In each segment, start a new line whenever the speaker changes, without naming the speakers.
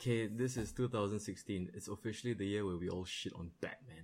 Okay, this is 2016. It's officially the year where we all shit on Batman.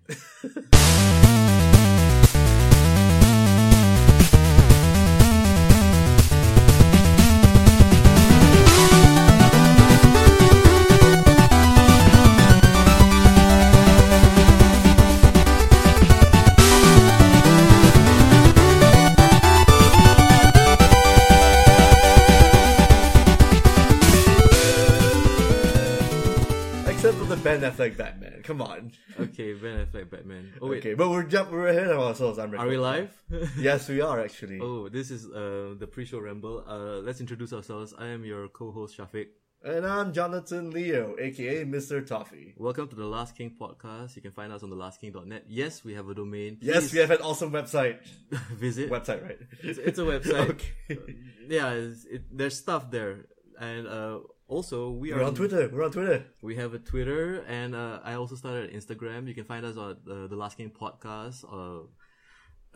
Except for the Ben Affleck Batman. Come on.
okay, Ben Affleck Batman. Oh wait,
Okay, but we're jump we're ahead of ourselves. I'm
are we
recording.
live?
Yes, we are actually.
oh, this is uh, the pre-show ramble. Uh, let's introduce ourselves. I am your co-host Shafiq.
And I'm Jonathan Leo, aka Mr. Toffee.
Welcome to the Last King podcast. You can find us on thelastking.net. Yes, we have a domain.
Yes,
Please
we have an awesome website.
visit.
Website, right?
It's, it's a website.
okay.
Yeah, it's, it, there's stuff there, and uh, also we are
We're on Twitter. We're on Twitter.
We have a Twitter, and uh, I also started an Instagram. You can find us on uh, the Last Game Podcast. Uh,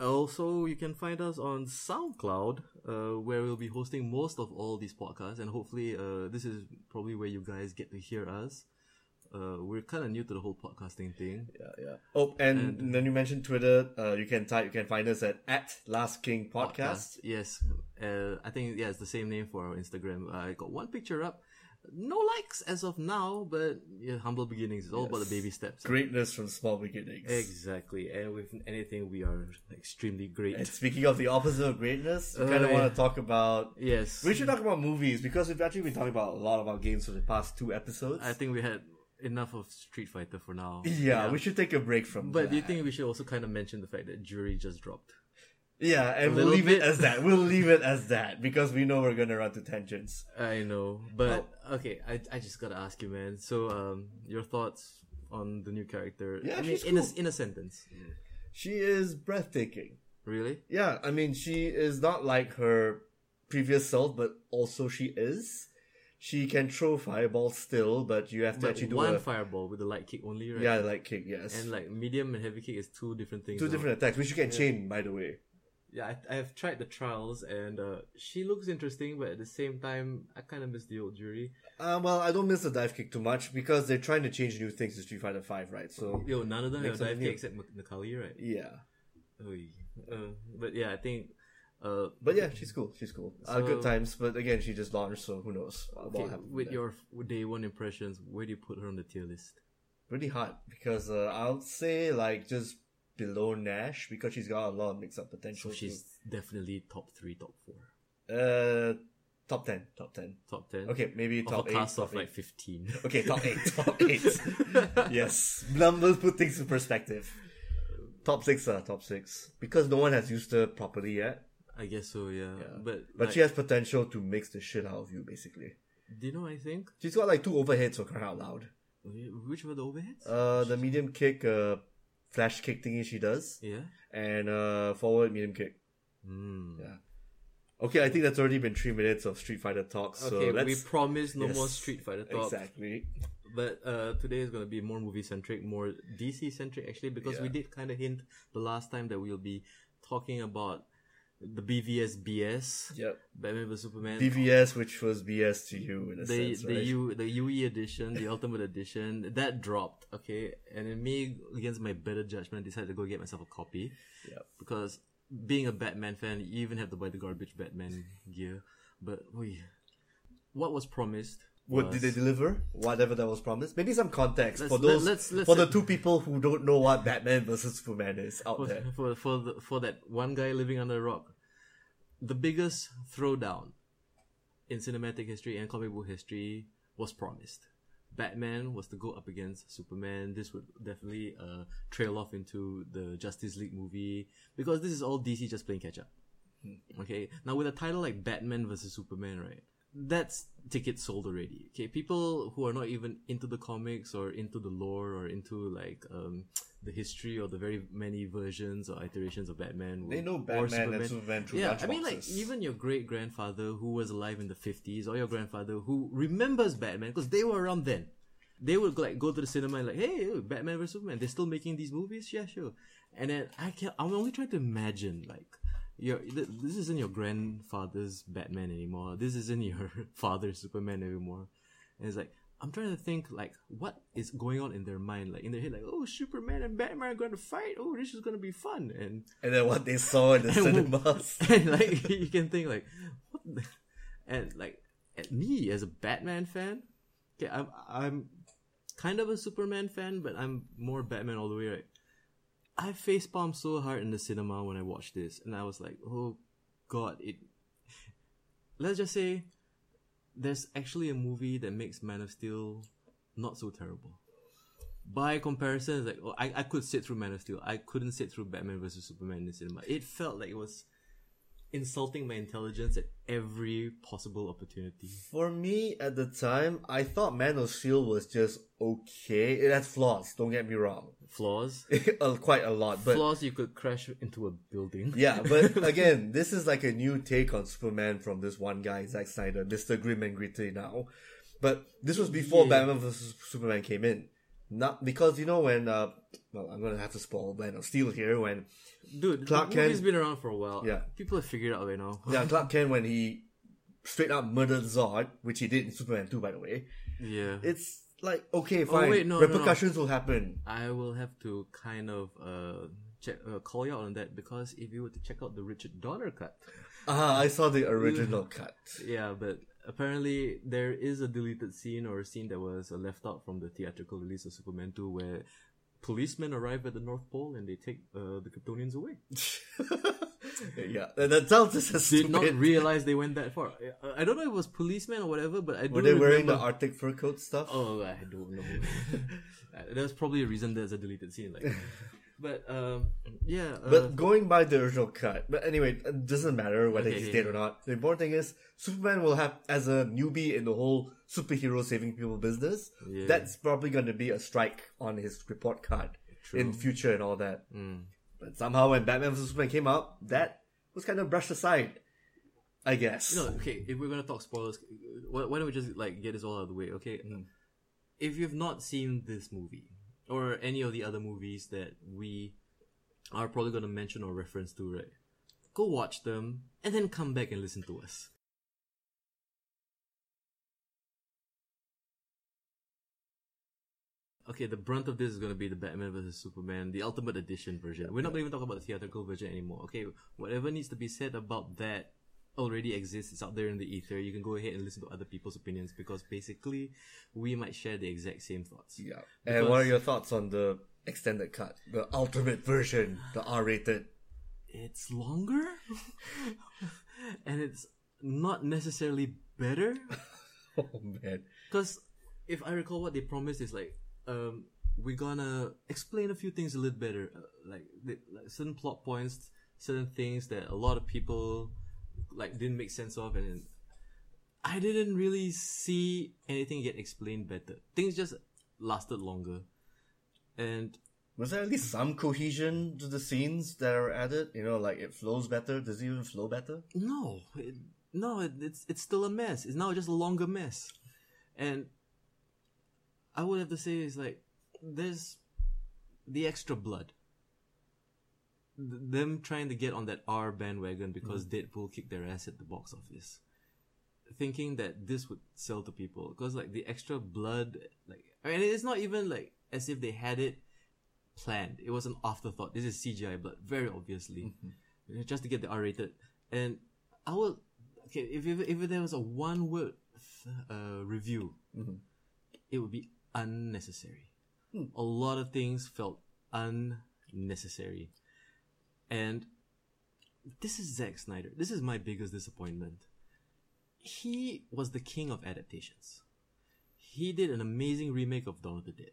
also, you can find us on SoundCloud, uh, where we'll be hosting most of all these podcasts, and hopefully, uh, this is probably where you guys get to hear us. Uh, we're kind of new to the whole podcasting thing.
Yeah, yeah. Oh, and, then you mentioned Twitter. Uh, you can type. You can find us at at Last King Podcast.
Yes, uh, I think yeah, it's the same name for our Instagram. I got one picture up. No likes as of now, but yeah, humble beginnings. It's all about the baby steps.
Greatness from small beginnings.
Exactly, and with anything, we are extremely great.
And speaking of the opposite of greatness, we kind
Uh,
of
yeah.
want to talk about.
yes,
We should talk about movies because we've actually been talking about a lot about games for the past two episodes.
I think we had enough of Street Fighter for now.
Yeah, we should take a break from
But do you
that.
think we should also kind of mention the fact that Jury just dropped?
Yeah, and we'll
little
leave
bit?
it as that. We'll leave it as that because we know we're gonna run to tangents.
I know, but okay, I, I just gotta ask you, man. So, um, your thoughts on the new character?
Yeah,
I mean,
she's
in a
cool.
in a sentence,
She is breathtaking.
really?
Yeah, I mean she is not like her previous self, but also she is. She can throw fireballs still, but you have to
But
actually do
one
a
fireball with the light kick only, right?
yeah, like kick. Yes,
And like medium and heavy kick is two different things.
two
now.
different attacks, which you can chain, by the way.
Yeah, I, I have tried the trials, and uh, she looks interesting, but at the same time, I kind of miss the old Jury.
Uh, well, I don't miss the dive kick too much because they're trying to change new things to Street Fighter Five, right? So
Yo, none of them
Make
have dive
something
kick except Mc- Nakali, right?
yeah,
Oy. Uh, but yeah, I think. Uh,
but yeah, she's cool. She's cool. uh, good
So-
times, but again, she just launched, so who knows what
okay,
happened
with
there.
your f- day one impressions, where do you put her on the tier list?
really hard because uh, I'll say like just below Nash because she's got a lot of mix up potential.
So she's definitely top three, top four,
uh top ten, top ten.
top ten.
Okay, maybe
of
top
a
eight.
cast
top
of like
eight.
fifteen.
Okay, top eight, top eight. yes, numbers put things in perspective. Top six, uh, top six, because no one has used her properly yet.
I guess so. Yeah, but
But
like,
she has potential to mix the shit out of you, basically.
do you know? what I think
She's got like two overheads for crying out loud.
which were the overheads?
Uh, the medium kick, uh, flash kick thingy she does,
yeah.
and uh, forward medium kick.
Hmm.
Yeah. Okay, I think that's already been three minutes of Street Fighter talk. So
okay,
let's
we promise no more
Yes,
Street Fighter talk.
Exactly.
But uh, today is going to be more movie centric, more DC centric actually, because we did kind of hint the last time that we'll be talking about the BVS BS,
Yep.
Batman vs Superman,
BVS, which was BS to you in a
the
sense,
the
right?
U the UE edition, the Ultimate edition that dropped. Okay, and then me against my better judgment decided to go get myself a copy
Yep.
because being a Batman fan, you even have to buy the garbage Batman gear. But we, what was promised?
What did they
was-
deliver? Whatever that was promised. Maybe some context
Let's-
for
let-
those
let's- let's-
for the two people who don't know what Batman versus Superman is out
for
there.
for for, the, for that one guy living under a rock, the biggest throwdown in cinematic history and comic book history was promised. Batman was to go up against Superman. This would definitely uh, trail off into the Justice League movie because this is all DC just playing catch up. Okay, now with a title like Batman versus Superman, right? That's tickets sold already. Okay, people who are not even into the comics or into the lore or into like um, the history or the very many versions or iterations of Batman.
They know
or
Batman and Superman through
yeah, I
lunchboxes.
mean, like even your great grandfather who was alive in the fifties or your grandfather who remembers Batman because they were around then. They would like go to the cinema and like, hey, oh, Batman vs Superman. They're still making these movies, yeah, sure. And then I can I'm only trying to imagine like. Your, th- this isn't your grandfather's Batman anymore. This isn't your father's Superman anymore. And it's like, I'm trying to think like what is going on in their mind, like in their head, like oh Superman and Batman are going to fight. Oh, this is going to be fun, and
And then what they saw in the cinemas.
and like you can think like what the- and like at me as a batman fan okay i'm i'm kind of a superman fan but i'm more batman all the way right i face palmed so hard in the cinema when i watched this and i was like oh god it let's just say there's actually a movie that makes man of steel not so terrible by comparison, it's like oh, I, I could sit through Man of Steel. I couldn't sit through Batman vs Superman in the cinema. It felt like it was insulting my intelligence at every possible opportunity.
For me at the time, I thought Man of Steel was just okay. It had flaws, don't get me wrong.
Flaws,
Uh, Quite a lot, but
flaws. You could crash into a building.
yeah, but again, this is like a new take on Superman from this one guy, Zack Snyder, Mr. Grim and Gritty now. But this was before Batman vs Superman came in. Not because you know when uh well I'm gonna have to spoil Man of Steel here when
dude,
Clark
the movie's
Kent-
been around for a while.
Yeah.
people have figured it out by now.
yeah Clark Kent when he straight up murdered Zod, which he did in Superman 2 by the way.
Yeah,
It's like okay, fine.
Oh, wait, no, no, no.
Repercussions will happen.
I will have to kind of uh check uh, call you out on that because if you were to check out the Richard Donner cut,
Ah, I saw the original cut.
Yeah, but apparently there is a deleted scene or a scene that was uh, left out from the theatrical release of Superman 2 where policemen arrive at the North Pole and they take uh, the Kryptonians away.
yeah, that, that sounds just as
Did
stupid.
not realize they went that far. I- I don't know if it was policemen or whatever, but I do
Were they wearing the
remember-
Arctic fur coat stuff?
Oh, I don't know. Uh, There's probably a reason there's a deleted scene like. But um, yeah, uh,
But going by the original cut, but anyway, it doesn't matter whether
Okay,
he's
yeah,
dead or not. The important thing is, Superman will have, as a newbie in the whole superhero saving people business,
Yeah.
that's probably going to be a strike on his report card in future and all that.
Mm.
But somehow, when Batman vs Superman came out, that was kind of brushed aside, I guess.
No, okay. If we're gonna talk spoilers, why, why don't we just like get this all out of the way? Okay,
Hmm.
if you've not seen this movie or any of the other movies that we are probably gonna mention or reference to, right? Go watch them and then come back and listen to us. Okay, the brunt of this is gonna be the Batman vs Superman, the Ultimate Edition version. We're not gonna even talk about the theatrical version anymore. Okay, whatever needs to be said about that already exists. It's out there in the ether. You can go ahead and listen to other people's opinions because basically, we might share the exact same thoughts.
Yeah. And what are your thoughts on the extended cut, the ultimate version, the R-rated?
It's longer, and it's not necessarily better
Oh man.
because if I recall, what they promised is like, um, we're gonna explain a few things a little better, uh, like, the, like certain plot points, certain things that a lot of people like didn't make sense of, and I didn't really see anything get explained better. Things just lasted longer, and
Was there at least some cohesion to the scenes that are added? You know, like it flows better. Does it even flow better?
No, it, no, it, it's it's still a mess. It's now just a longer mess, and I would have to say is like there's the extra blood. Th- them trying to get on that R bandwagon because Deadpool kicked their ass at the box office, thinking that this would sell to people because like the extra blood, like I mean, it's not even like as if they had it planned. It was an afterthought. This is CGI blood, very obviously you know, just to get the R rated. And I would okay if if, if there was a one word uh, review, it would be unnecessary. A lot of things felt unnecessary, and this is Zack Snyder. This is my biggest disappointment. He was the king of adaptations. He did an amazing remake of Dawn of the Dead.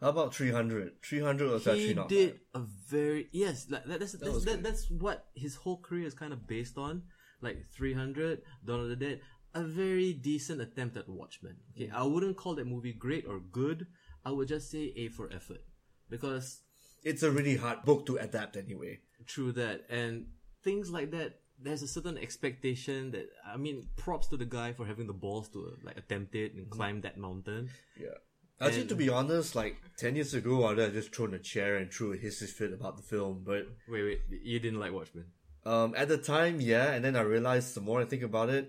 How about 300? 300 was
he
actually not
did
bad.
a very yes like, that, that's that's,
was
that,
good.
that's what his whole career is kind of based on like 300 dawn of the dead a very decent attempt at watchmen okay i wouldn't call that movie great or good i would just say a for effort because
It's a really hard book to adapt anyway.
True that, and things like that. There's a certain expectation that I mean, props to the guy for having the balls to uh, like attempt it and climb that mountain.
Yeah. Actually,
And-
to be honest, like 10 years ago, I would have just thrown a chair and threw a hissy fit about the film, but
Wait, wait, you didn't like Watchmen?
Um, at the time, yeah, and then I realized the more I think about it,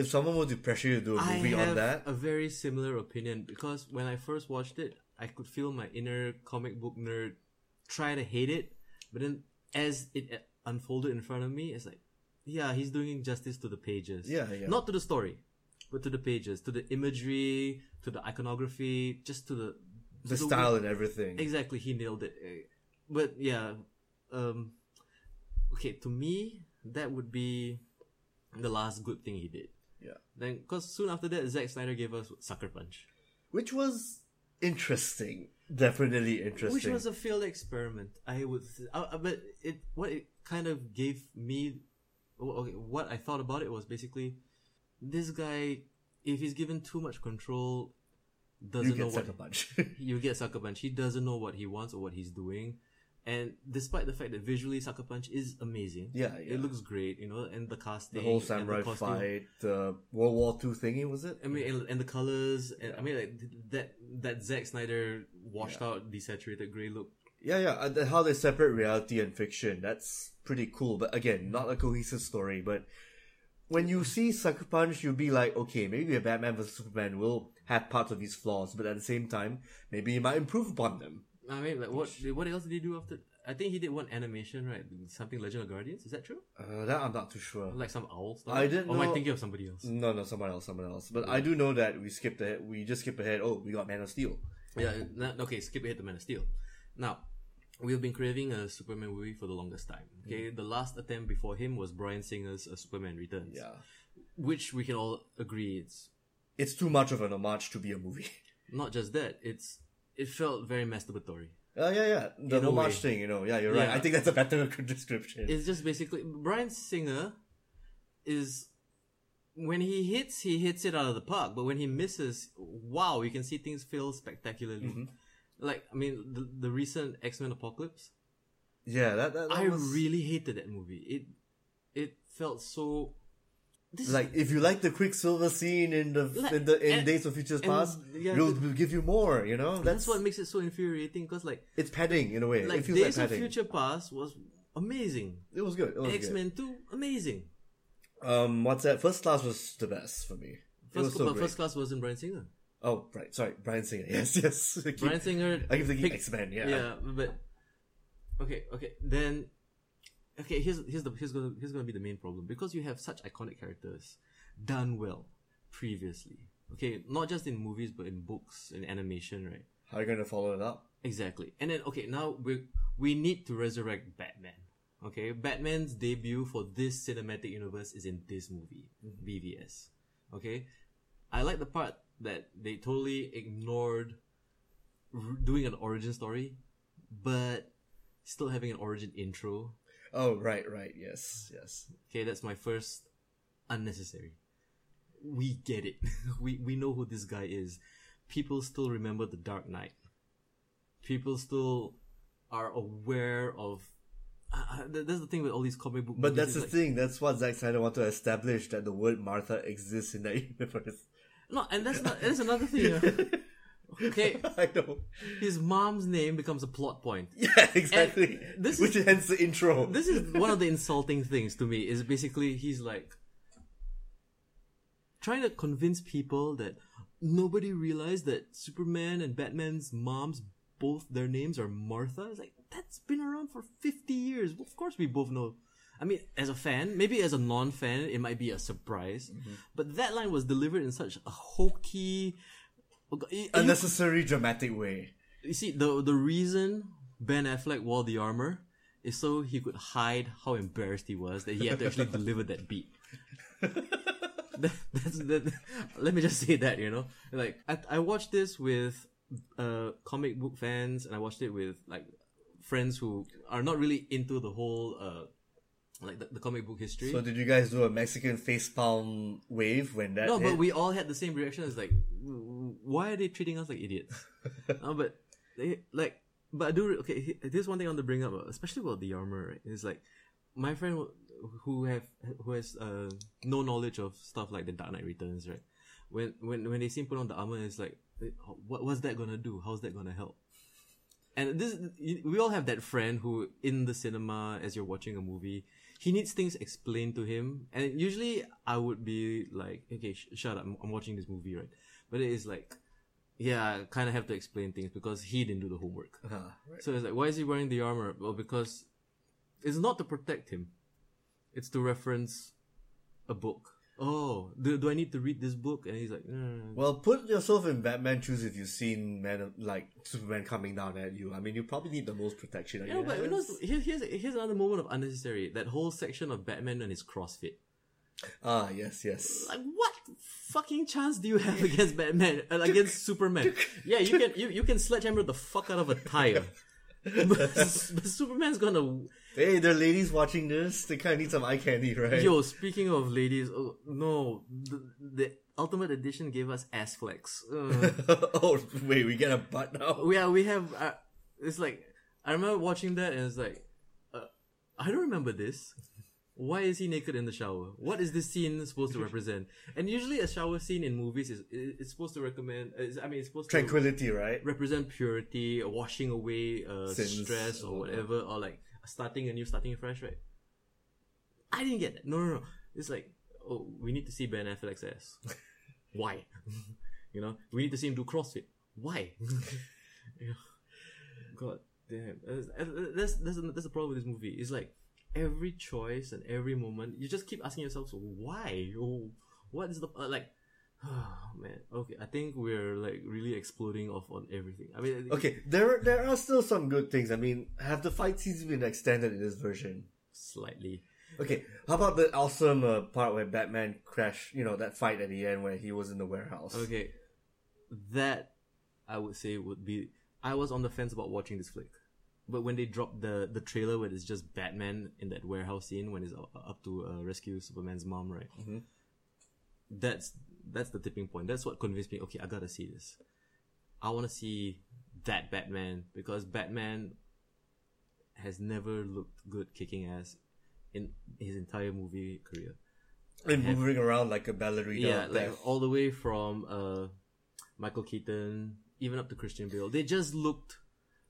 if someone were to pressure you to do a
I
movie
have
on that,
a very similar opinion because when I first watched it, I could feel my inner comic book nerd try to hate it, but then as it uh, unfolded in front of me, it's like, yeah, he's doing injustice to the pages.
Yeah, yeah.
Not to the story, but to the pages, to the imagery, to the iconography, just to the
the
to
style and everything.
Exactly, he nailed it. Eh, But yeah, um, okay. To me, that would be the last good thing he did.
Yeah.
Then, because soon after that, Zack Snyder gave us Sucker Punch,
Which was interesting. Definitely interesting.
which was a failed experiment. I would, th- I, I- but it what it kind of gave me, oh, okay, what I thought about it was basically, this guy, if he's given too much control, doesn't
you
know
get
what
sucker punch.
you get Sucker Punch. He doesn't know what he wants or what he's doing. And despite the fact that visually Sucker Punch is amazing,
Yeah, yeah.
it looks great, you know, and the casting,
the whole
and
samurai
costume.
fight, the World War Two thingy was it?
I mean, and, and the colors, and I mean, like th- that that Zack Snyder washed out, desaturated gray look.
Yeah, yeah. uh, the- How they separate reality and fiction. That's pretty cool. But again, not a cohesive story. But when you see Sucker Punch, you'll be like, okay, maybe a Batman vs Superman will have parts of these flaws, but at the same time, maybe it might improve upon them.
I mean, like what what else did he do after? I think he did one animation, right? Something Legend of Guardians. Is that true?
Uh, that I'm not too sure.
Like some owl stuff.
I didn't
Or am I
know-
thinking of somebody else?
No, no, someone else, someone else. But I do know that we skipped ahead. We just skipped ahead. Oh, we got Man of Steel.
Yeah, na- okay, skip ahead to Man of Steel. Now, we've been craving a Superman movie for the longest time. Okay, the last attempt before him was Brian Singer's uh, Superman Returns, which we can all agree it's
it's too much of an homage to be a movie.
not just that. It's it felt very masturbatory.
Uh, yeah, yeah. The
In a
homage
way.
thing, you know. Yeah, you're right.
Yeah.
I think that's a better description.
It's just basically Brian Singer is when he hits, he hits it out of the park. But when he misses, wow, you can see things fail spectacularly. Like I mean, the, the recent X Men Apocalypse.
yeah, that, that, that
I
was...
really hated that movie. It it felt so this is-
Like if you like the Quicksilver scene in the
Like,
in the in
and-
Days of Futures
and-
Past,
yeah,
we'll,
the-
we'll give you more. You know,
that's,
that's,
what makes it so infuriating because like
it's padding in a way.
like
it feels like
Days of
padding.
Future Past was amazing.
It was good. It was
X Men Two amazing.
good. Um, what's that? First class was the best for me. it was
First,
so
but
great.
first class wasn't Brian Singer.
Oh, right. Sorry, Brian Singer. Yes, yes. I keep-
Brian Singer.
I keep thinking
picked-
X Men. Yeah.
yeah, but okay, okay. Then okay, here's here's the here's gonna here's gonna be the main problem because you have such iconic characters done well previously. Okay, not just in movies but in books and animation, right?
How are you gonna follow it up?
Exactly. And then okay, now we we need to resurrect Batman. Okay, Batman's debut for this cinematic universe is in this movie, BVS. Okay, I like the part that they totally ignored r- doing an origin story, but still having an origin intro.
Oh, right, right. Yes, yes.
Okay, that's my first unnecessary. We get it. we we know who this guy is. People still remember the Dark Knight. People still are aware of. Uh, that's the thing with all these comic book.
But
movies,
that's
it's
the
like-
thing. That's what Zack Snyder wanted to establish that the word Martha exists in that universe.
No, and that's not, that's another thing. okay,
I know.
his mom's name becomes a plot point.
Yeah, exactly.
And this
Which hence the intro.
This is one of the insulting things to me. Is basically he's like trying to convince people that nobody realized that Superman and Batman's moms both their names are Martha. It's like that's been around for fifty years. Of course, we both know. I mean, as a fan, maybe as a non-fan, it might be a surprise, but that line was delivered in such a hokey. Oh God, you- you-
unnecessary dramatic way.
you see, the the reason Ben Affleck wore the armor is so he could hide how embarrassed he was that he had to actually deliver that beat. That- that's, that, let me just say that, you know? Like, I, I watched this with uh, comic book fans and I watched it with, like, friends who are not really into the whole, uh, like, the, the comic book history.
So did you guys do a Mexican facepalm wave when that?
No,
hit?
but we all had the same reaction. It's like, w- why are they treating us like idiots? no, but they, like, but I do. re- Okay, he- there's one thing I want to bring up, uh, especially about the armor. Right? It's like my friend who- who have who has uh, no knowledge of stuff like the Dark Knight Returns, right? When when when they see him put on the armor, it's like, eh, what what's that gonna do? How's that gonna help? And this, you- we all have that friend who, in the cinema, as you're watching a movie, he needs things explained to him. And usually I would be like, okay, sh- shut up. I'm, I'm watching this movie, right? But it is like, yeah, I kind of have to explain things because he didn't do the homework.
Ah, right.
So it's like, why is he wearing the armor? Well, because it's not to protect him. It's to reference a book. Oh, do, do I need to read this book? And he's like, no, no, no.
Well, put yourself in Batman shoes if you've seen Man of, like Superman coming down at you. I mean, you probably need the most protection. I
Yeah, but you know,
guess.
here, here's here's another moment of unnecessary. That whole section of Batman and his CrossFit.
ah, yes, yes.
Like, what fucking chance do you have against Batman? Uh, against Superman? Yeah, you can you, you can sledgehammer the fuck out of a tire, but, but Superman's gonna.
Hey, there are ladies watching this. They kind of need some eye candy, right?
Yo, speaking of ladies, oh, no, the, the Ultimate Edition gave us ass flex. Ugh.
oh, wait, we get a butt now.
yeah, we have. Uh, it's like I remember watching that, and it's like, uh, I don't remember this. Why is he naked in the shower? What is this scene supposed to represent? And usually, a shower scene in movies is it's supposed to recommend. It's, I mean, it's supposed to
Tranquility, right?
represent purity, uh, washing away uh,
Sins
stress or
or-
whatever, or like starting a new, starting fresh, right? I didn't get that. No, no, no. It's like, oh, we need to see Ben Affleck's ass. Why? you know, we need to see him do CrossFit. Why? Yeah. God damn. That's, that's, that's, that's the problem with this movie. It's like, every choice and every moment, you just keep asking yourself, why? Oh, what is the, uh, like, man, okay, I think we're like really exploding off on everything. I mean,
Okay, there there are still some good things. I mean, have the fight scenes been extended in this version?
slightly.
Okay, how about the awesome uh, part where Batman crashed? You know that fight at the end where he was in the warehouse.
Okay, that I would say would be. I was on the fence about watching this flick, but when they dropped the the trailer where it's just Batman in that warehouse scene when he's u- up to uh, rescue Superman's mom, right?
Mhm.
That's that's the tipping point. That's what convinced me. Okay, I gotta see this. I want to see that Batman because Batman has never looked good kicking ass in his entire movie career.
and moving around like a ballerina.
Yeah,
out there.
like all the way from uh, Michael Keaton, even up to Christian Bale. They just looked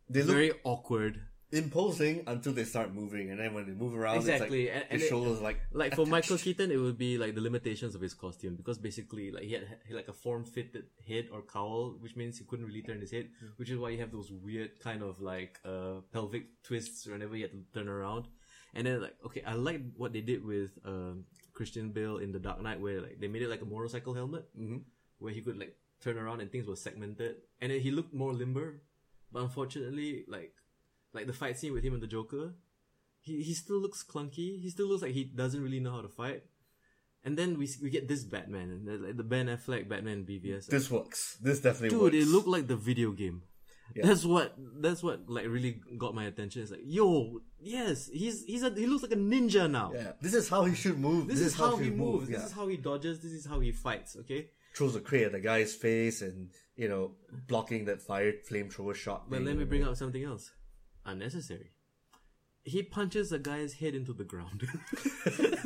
they look
very awkward.
imposing until they start moving, and then when they move around,
Exactly,
Oh, it's
and-
like
and
his
it-
shoulders like
Like for Michael Keaton, it would be like the limitations of his costume because basically, like he had, he had like a form-fitted head or cowl, which means he couldn't really turn his head,
Hmm.
which is why you have those weird kind of like uh, pelvic twists whenever he had to turn around. And then like okay, I like what they did with um, Christian Bale in The Dark Knight, where like they made it like a motorcycle helmet.
Mhm.
where he could like turn around and things were segmented, and then he looked more limber. But unfortunately, like like the fight scene with him and the Joker, he he still looks clunky. He still looks like he doesn't really know how to fight. And then we we get this Batman, and the, like the Ben Affleck Batman BVS.
This works. This definitely
Dude,
works.
it looked like the video game.
Yeah.
That's what that's what like really got my attention. It's like, yo, yes, he's he's a, he looks like a ninja now.
Yeah, this is how he should move.
This, is, how, he moves.
Yeah,
This is how he dodges. This is how he fights. Okay.
throws a crate at the guy's face, and you know, blocking that fire flamethrower shot.
But
thing.
let me bring up something else. Unnecessary. He punches a guy's head into the ground.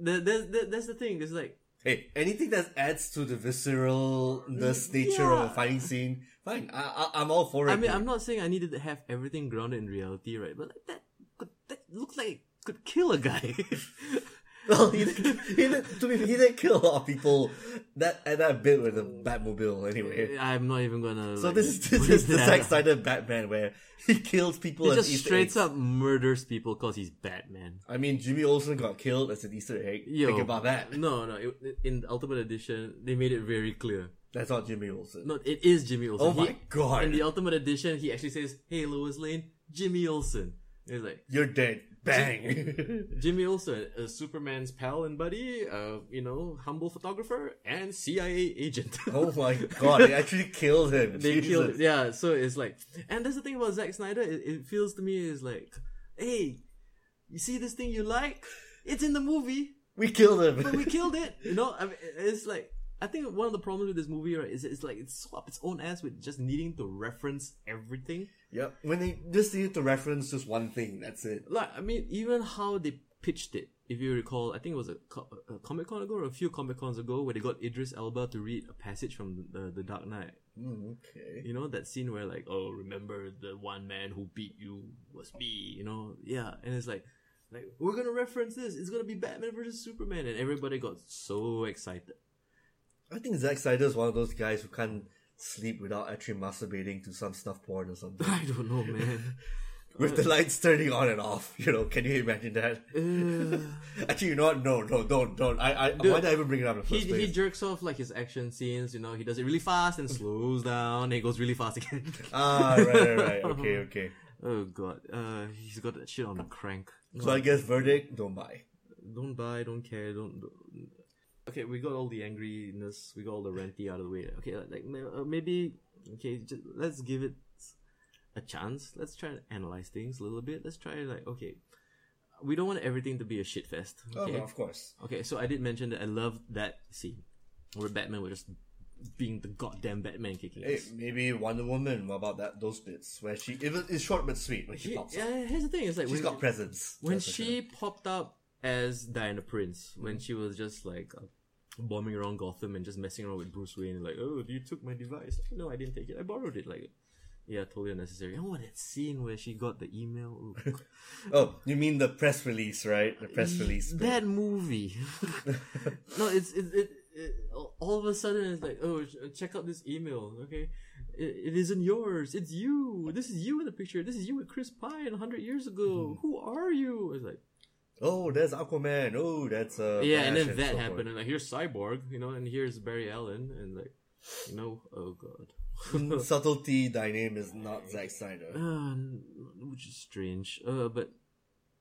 that, that, that- that's the thing. It's like,
Hey, anything that adds to the visceral this nature of a
Yeah.
fighting scene, fine. I, I, I'm all for it.
I mean, I'm not saying I needed to have everything grounded in reality, right? But like that, could, that looks like it could kill a guy.
Well, he did, he did, to be, he did kill a lot of people. That at that bit with the Batmobile, anyway.
I'm not even gonna.
So
like,
this is this
put
is the
that
Zack
out.
Snyder Batman where he kills people.
He
as
just
Easter
straight
eggs.
up murders people because he's Batman.
I mean, Jimmy Olsen got killed as an Easter egg.
Yo,
Think about that.
No, no. It, it- in Ultimate Edition, they made it very clear.
That's not Jimmy Olsen.
No, it is Jimmy Olsen.
oh
He-
my god,
In the Ultimate Edition, he actually says, "Hey, Lois Lane, Jimmy Olsen." And He's like
you're dead. Bang.
Jimmy Olsen, uh, Superman's pal and buddy, uh, you know, humble photographer and CIA agent.
oh my god, they actually killed him.
they
Jesus.
killed, yeah. So it's like, and that's the thing about Zack Snyder. It, it feels to me is like, hey, you see this thing you like? It's in the movie,
We killed him.
but we killed it. You know, I mean, it's like. I think one of the problems with this movie, right, is it's like it's so up its own ass with just needing to reference everything.
Yep. When they just needed to reference just one thing, that's it.
like I mean, even how they pitched it, if you recall, I think it was a, co- a Comic Con ago or a few Comic Cons ago where they got Idris Elba to read a passage from the, the Dark Knight.
Mm, okay.
You know that scene where like, oh, remember the one man who beat you was me. You know, yeah, and it's like. Like we're gonna reference this. It's gonna be Batman versus Superman, and everybody got so excited.
I think Zack Snyder is one of those guys who can't sleep without actually masturbating to some snuff porn or something.
I don't know, man.
With the lights turning on and off, you know, can you imagine that?
Ugh.
Actually, you know what? No, no, don't, don't. I, I, why did I even bring it up in the
he,
first
he
place?
jerks off like his action scenes. You know, he does it really fast and slows down. And it goes really fast again.
Ah, right, right, right. Okay, okay.
oh god, uh, he's got that shit on the crank.
So I guess verdict, don't buy.
don't buy, don't care, don't. don't- Okay, we got all the angriness, we got all the ranty out of the way. Okay, like may- uh, maybe okay, just, let's give it a chance. Let's try and analyze things a little bit. Let's try like okay, we don't want everything to be a shit fest.
Oh,
Okay,
no, of course.
okay. So I did mention that I love that scene where Batman was just being the goddamn Batman kicking.
Hey,
ass.
maybe Wonder Woman. What about that? Those bits where she even it's short but sweet when she
He-
pops. up.
yeah, here's the thing. It's like when-
She's got presence.
when
That's for sure.
she popped up as Diana Prince, when she was just like uh, bombing around Gotham and just messing around with Bruce Wayne, like, oh, you took my device. Like, no, I didn't take it. I borrowed it. Like, yeah, totally unnecessary. And what that scene where she got the email. Ooh.
Oh, you mean the press release, right? The press release. bit.
That movie. no, it's it, it, it. All of a sudden, it's like, oh, sh- check out this email. Okay, it, it isn't yours. It's you. This is you in the picture. This is you with Chris Pine hundred years ago. Who are you? It's like.
Oh, there's Aquaman. Oh, that's uh.
yeah, and
Flash
then that
so forth.
happened, and like, here's Cyborg, you know, and here's Barry Allen, and like, you know, oh god,
Mm, Subtlety. Thy name is not Zack Snyder.
uh, which is strange. Uh, but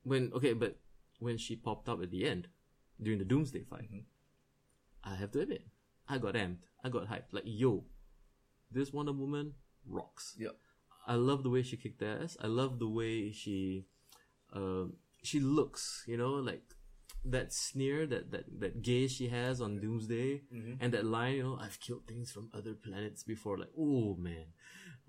when okay, but when she popped up at the end during the Doomsday fight,
Mm-hmm.
I have to admit, I got amped, I got hyped. Like, yo, this Wonder Woman rocks.
Yep.
I love the way she kicked ass. I love the way she, um, she looks. You know, like that sneer, that that that gaze she has on Doomsday,
Mm-hmm.
and that line. You know, I've killed things from other planets before. Like, oh man,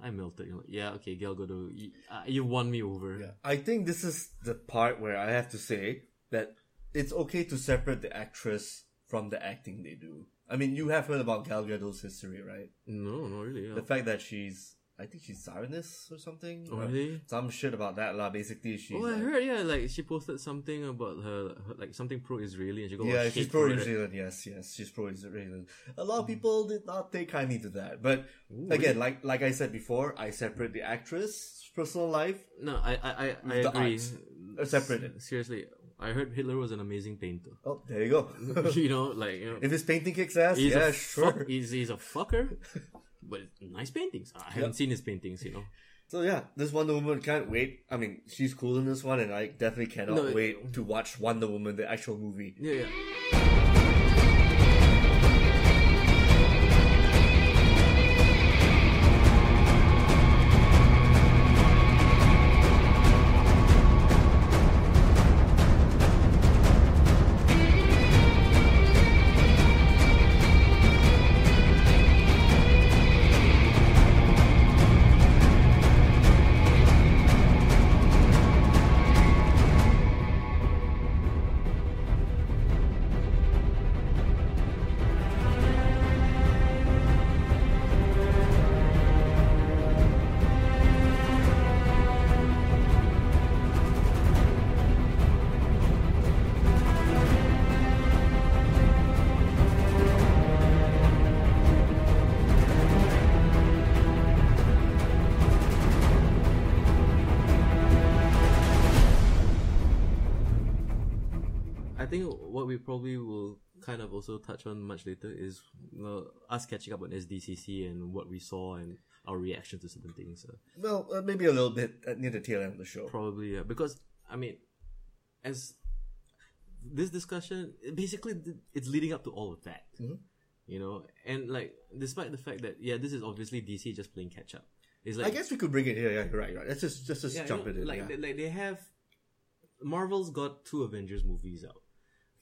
I melted. You're like, yeah, okay, Gal Gadot, you, uh, you won me over.
Yeah. I think this is the part where I have to say that it's okay to separate the actress from the acting they do. I mean, you have heard about Gal Gadot's history, right?
No, not really. Yeah.
The fact that she's, I think she's Sireness or something.
Oh,
or
really?
Some shit about that lah. Basically, she's uh,
Oh, I
like-
heard, yeah, like she posted something about her, her like something pro-Israeli, and she got all
yeah, she's
hate for Mm. it.
pro-Israeli. Yes, yes, she's pro-Israeli. A lot of people did not take kindly to that, but again, like like I said before, I separate the actress' personal life.
No, I, I, I, I
The
agree.
arts are separated.
S- seriously, I heard Hitler was an amazing painter.
Oh, there you go.
you know, like you know,
if his painting kicks ass,
he's
yeah,
a
sure.
fuck, he's, he's a fucker, but nice paintings. I haven't seen his paintings, you know.
So yeah, this Wonder Woman can't wait. I mean, she's cool in this one, and I definitely cannot
No, it-
wait to watch Wonder Woman, the actual movie.
Yeah, yeah. I think what we probably will kind of also touch on much later is uh, us catching up on SDCC and what we saw and our reaction to certain things. Uh,
Well, uh, maybe a little bit uh, near the tail end of the show.
probably yeah, because I mean, as this discussion basically th- it's leading up to all of that,
Mm-hmm.
you know, and like despite the fact that yeah, this is obviously DC just playing catch up. It's like
I guess we could bring it here. Yeah, you're right. Right. Let's just just, just
yeah, you
jump
know,
it in.
Like,
yeah.
they, like they have Marvel's got two Avengers movies out.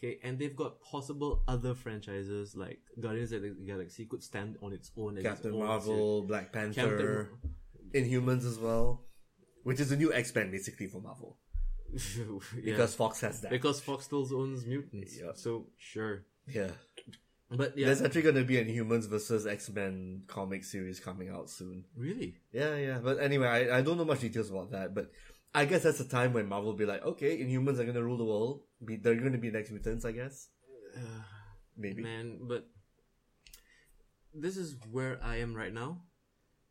Okay, and they've got possible other franchises like Guardians of the Galaxy could stand on its own as
Captain
its own series.
Marvel, Black Panther,
Captain
Inhumans as well, which is a new X Men basically for Marvel
Yeah.
because Fox has that.
because Fox still owns mutants.
Yeah.
So sure.
yeah.
But yeah,
there's actually going to be an Inhumans versus X Men comic series coming out soon.
really.
Yeah, yeah. But anyway, I, I don't know much details about that, but I guess that's a time when Marvel will be like, okay, Inhumans are gonna rule the world. Be, they're gonna be next mutants, I guess. Maybe.
Uh, man but this is where i am right now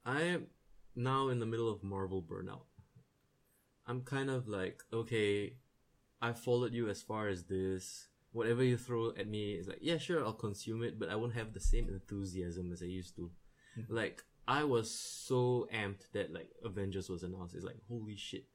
i am now in the middle of marvel burnout i'm kind of like okay i followed you as far as this whatever you throw at me is like yeah sure i'll consume it but i won't have the same enthusiasm as i used to like i was so amped that like avengers was announced it's like holy shit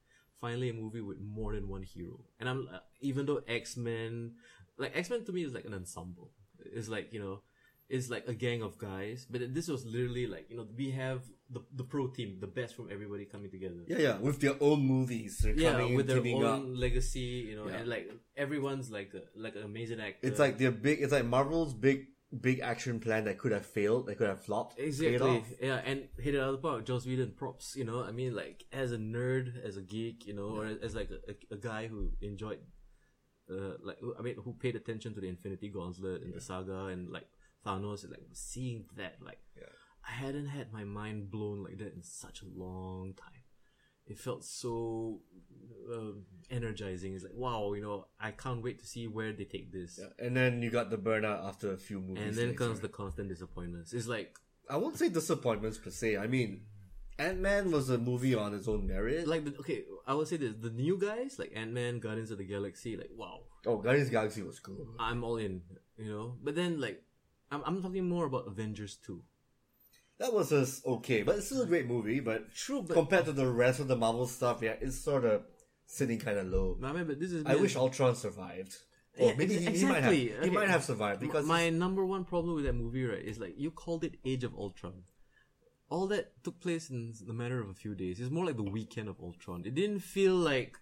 finally a movie with more than one hero and i'm uh, even though x-men like X Men to me is like an ensemble. It's like you know, it's like a gang of guys. But this was literally like you know we have the the pro team, the best from everybody coming together.
Yeah, yeah, with their own movies, they're
Yeah,
coming
with
and
their
teaming
own
up.
legacy, you know,
Yeah.
and like everyone's like a, like an amazing actor.
It's like their big. It's like Marvel's big, big action plan that could have failed, that could have flopped. paid
exactly,
off.
yeah, and hit it out of the park. Joss Whedon props, you know. I mean, like as a nerd, as a geek, you know, or as like a, a, a guy who enjoyed. Uh, like who- I mean, who paid attention to the Infinity Gauntlet and the saga and like Thanos, and, like seeing that, like
Yeah.
I hadn't had my mind blown like that in such a long time. It felt so um, energizing. It's like wow, you know, I can't wait to see where they take this.
Yeah, And then you got the burnout after a few movies.
And then
next
comes
year.
the constant disappointments. It's like
I won't say disappointments per se. I mean, Ant Man was a movie on its own merit.
like the, okay, I would say this: the new guys like Ant Man, Guardians of the Galaxy, like wow,
oh, Guardians of the Galaxy was cool.
I'm all in, you know. But then like, I'm I'm talking more about Avengers two.
That was just okay, but it's still a great movie. But
True, but
compared to the rest of the Marvel stuff, yeah, it's sort of sitting kind of low.
I mean, but this is
I wish Ultron survived. Or
Yeah,
maybe
ex-
he, he might have. He
exactly. Okay.
might have survived
M-
because
my number one problem with that movie, right, is like you called it Age of Ultron. All that took place in the matter of a few days. It's more like the weekend of Ultron. It didn't feel like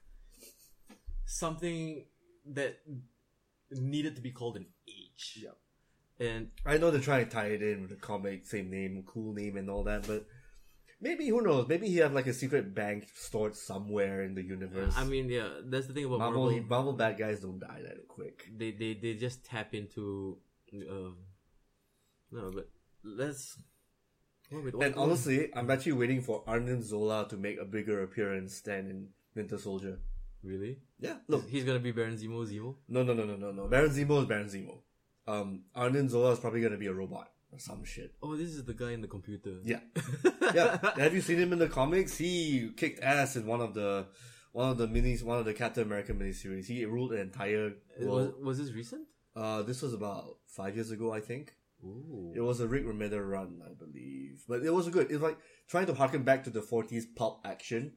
something that needed to be called an age.
Yeah.
And
I know they're trying to tie it in with the comic, same name, cool name, and all that. But maybe who knows? Maybe he have like a secret bank stored somewhere in the universe.
I mean, yeah, that's the thing about
Marvel,
Marvel.
Marvel bad guys don't die that quick.
they, they they just tap into, uh, no, but let's. What, wait, what-
And honestly, I'm actually waiting for Arnim Zola to make a bigger appearance than in Winter Soldier.
really,
Yeah, look,
he's gonna be Baron Zemo Zemo.
no, no, no, no, no, no. Baron Zemo is Baron Zemo. Um, Arnim Zola is probably gonna be a robot or some shit.
Oh, this is the guy in the computer.
Yeah, yeah. Have you seen him in the comics? He kicked ass in one of the one of the minis, one of the Captain America miniseries. He ruled an entire
It was,
world.
was this recent?
Uh, this was about five years ago, I think.
Ooh.
It was a Rick Remender run, I believe, but it was good. It's like trying to harken back to the '40s pulp action,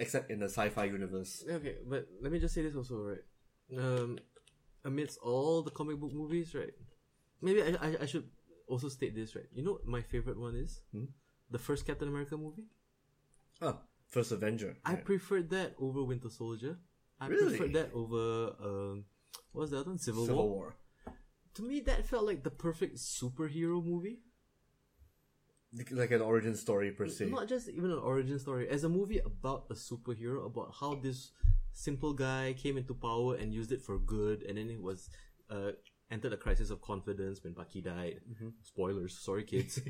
except in the sci-fi universe.
Okay, but let me just say this also, right? Um, amidst all the comic book movies, right? Maybe I, I, I should also state this, right? You know what my favorite one is?
Hmm?
The first Captain America movie?
Ah, First Avenger.
I
right.
preferred that over Winter Soldier. I
Really?
preferred that over, um, what was the other one? Civil,
Civil
War.
War.
To me, that felt like the perfect superhero movie.
like an origin story per se.
Not just even an origin story, as a movie about a superhero, about how this simple guy came into power and used it for good, and then he was uh, entered a crisis of confidence when Bucky died.
Mm-hmm.
Spoilers, sorry kids.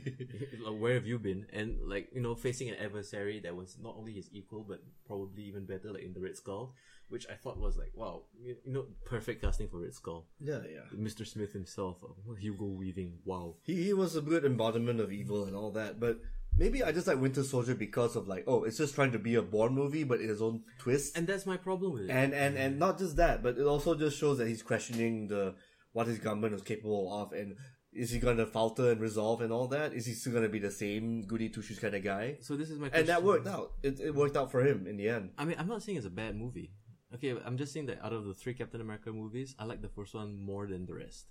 Like, Where have you been? And like you know, facing an adversary that was not only his equal but probably even better, like in the Red Skull, which I thought was like wow, you you know, perfect casting for Red Skull.
yeah, yeah.
Mr. Smith himself, uh, Hugo Weaving, wow.
He he was a good embodiment of evil and all that, but maybe I just like Winter Soldier because of like oh, it's just trying to be a Bourne movie, but in his own twist.
And that's my problem with it.
and and and not just that, but it also just shows that he's questioning the what his government is capable of, and is he going to falter and resolve and all that? Is he still going to be the same goody two shoes kind of guy?
so this is my
And that
question.
worked out. It, it worked out for him in the end.
I mean, I'm not saying it's a bad movie. Okay, but I'm just saying that out of the three Captain America movies, I like the first one more than the rest.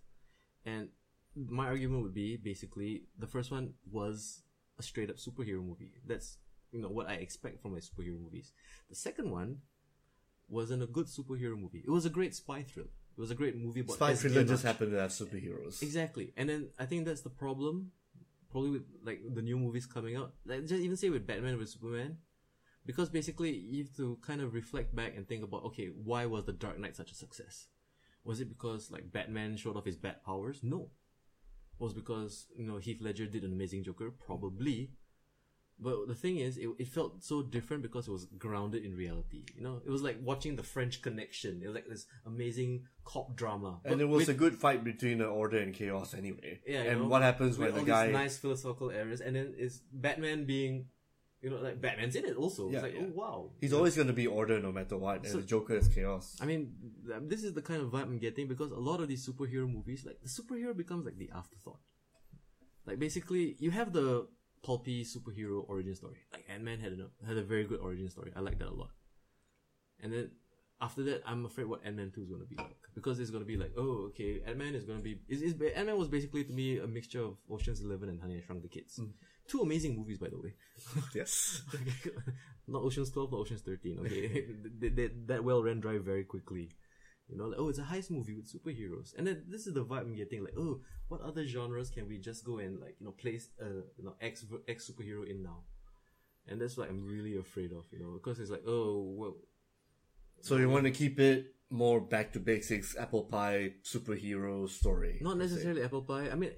And my argument would be basically the first one was a straight up superhero movie. That's you know what I expect from my superhero movies. The second one wasn't a good superhero movie. It was a great spy thriller. It was a great movie about
Spy thriller just
espionage.
happened to have superheroes.
Exactly, and then I think that's the problem, probably with like the new movies coming out. Like just even say with Batman with Superman, because basically you have to kind of reflect back and think about okay, why was the Dark Knight such a success? Was it because like Batman showed off his bat powers? No. Was because you know Heath Ledger did an amazing Joker, probably. But the thing is, it, it felt so different because it was grounded in reality. You know, it was like watching The French Connection. It was like this amazing cop drama.
And
But
it was
with-
a good fight between the order and chaos anyway.
yeah, you
and
know,
what happens
with
when the
all
guy
these nice philosophical areas, and then is Batman being, you know, like Batman's in it also.
Yeah,
it's like,
yeah.
oh wow,
he's always gonna be order no matter what, and
So-
the Joker is chaos.
I mean, th- this is the kind of vibe I'm getting because a lot of these superhero movies, like the superhero becomes like the afterthought. Like basically, you have the pulpy superhero origin story. Like Ant Man had a had a very good origin story. I like that a lot. And then after that, I'm afraid what Ant Man two is gonna be like because it's gonna be like, oh, okay, Ant Man is gonna be is is Ant Man was basically to me a mixture of Ocean's Eleven and Honey I Shrunk the Kids. Two amazing movies, by the way.
yes.
not Ocean's 12, not Ocean's 13, okay? They- they- that well ran dry very quickly. You know, like, oh, it's a heist movie with superheroes. And then this is the vibe I'm getting, like, oh, what other genres can we just go and, like, you know, place, uh, you know, ex, ex superhero in now? And that's what I'm really afraid of, you know, because it's like, oh, well,
So you want to keep it more back to basics, apple pie superhero story.
not
per se.
necessarily apple pie. I mean,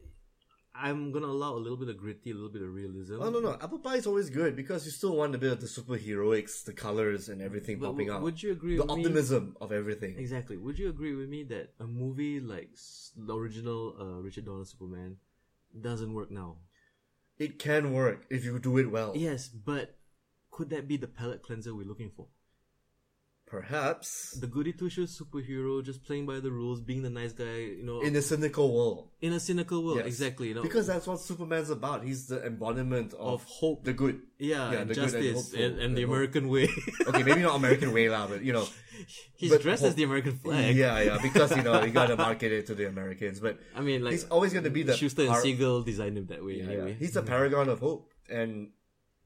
I'm gonna allow a little bit of gritty, a little bit of realism.
Oh no no, apple pie is always good because you still want a bit of the superheroics, the colors and everything
But
popping
w-
out.
would you agree
the
with me-
optimism of everything.
Exactly. Would you agree with me that a movie like s- the original uh, Richard Donner Superman doesn't work now?
It can work if you do it well.
Yes, but could that be the palate cleanser we're looking for?
Perhaps
The goody two shoes superhero just playing by the rules, being the nice guy, you know, in
in a cynical world.
a, cynical world.
Yes.
Exactly. You know,
Because that's what Superman's about. He's the embodiment of,
of hope.
the good.
yeah,
yeah,
and
the good and
justice
hopeful
and, and, the
and hope.
American way.
Okay, maybe not American way lah, but you know,
He's
But
dressed as
hope-
the American flag.
yeah, yeah, because you know you gotta market it to the Americans. But
I mean, like
He's always gonna be the
Schuster and
par-
Siegel designed him that way.
Yeah,
anyway, Mm-hmm.
he's a paragon of hope, and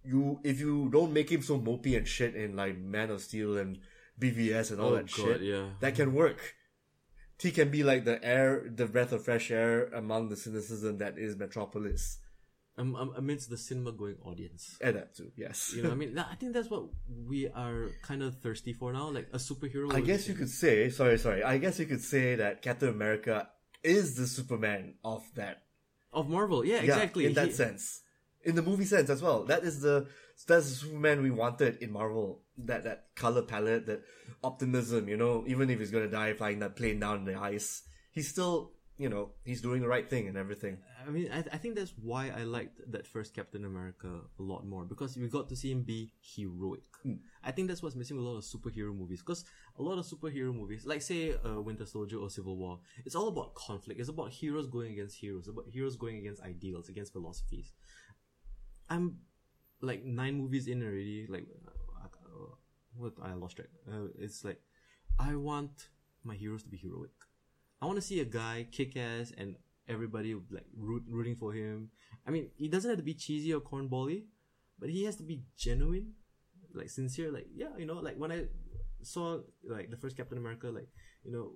you if you don't make him so mopey and shit in like Man of Steel and BVS and all
Oh,
that
God,
shit,
yeah.
that can work. He can be like the air, the breath of fresh air among the cynicism that is Metropolis.
um, um, amidst the cinema going audience.
And that too, yes.
You know, what I mean, Nah, I think that's what we are kind of thirsty for now, like a superhero.
I guess you could say, sorry, sorry. I guess you could say that Captain America is the Superman of that
of Marvel. Yeah,
Yeah,
exactly.
in that
He-
sense, in the movie sense as well. That is the that's the Superman we wanted in Marvel. That that color palette, that optimism. You know, even if he's gonna die flying that plane down the ice, he's still you know he's doing the right thing and everything.
I mean, I, I think that's why I liked that first Captain America a lot more because we got to see him be heroic. I think that's what's missing with a lot of superhero movies because a lot of superhero movies, like say uh, Winter Soldier or Civil War, it's all about conflict. It's about heroes going against heroes, about heroes going against ideals, against philosophies. I'm like nine movies in already. Like, uh, uh, what I lost track. Uh, it's like I want my heroes to be heroic. I want to see a guy kick ass and everybody like root, rooting for him. I mean, he doesn't have to be cheesy or cornbally, but he has to be genuine, like sincere. Like yeah, you know, like when I saw like the first Captain America, like you know.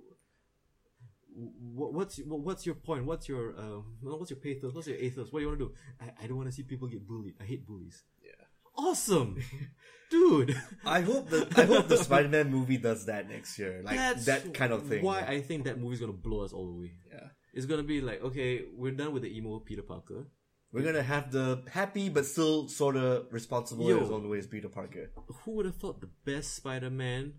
What, what's wha- what's your point? What's your um? no, What's your pathos? What's your ethos? What do you want to do? I, I don't want to see people get bullied. I hate bullies. Yeah. Awesome, dude.
I hope the I hope the Spider Man movie does that next year, like that kind of thing.
Why I think that movie's gonna blow us all away.
Yeah.
It's gonna be like, okay, we're done with the emo Peter Parker.
We're gonna have the happy but still sort of responsible in
Yo.
his own ways Peter Parker.
Who would have thought the best Spider Man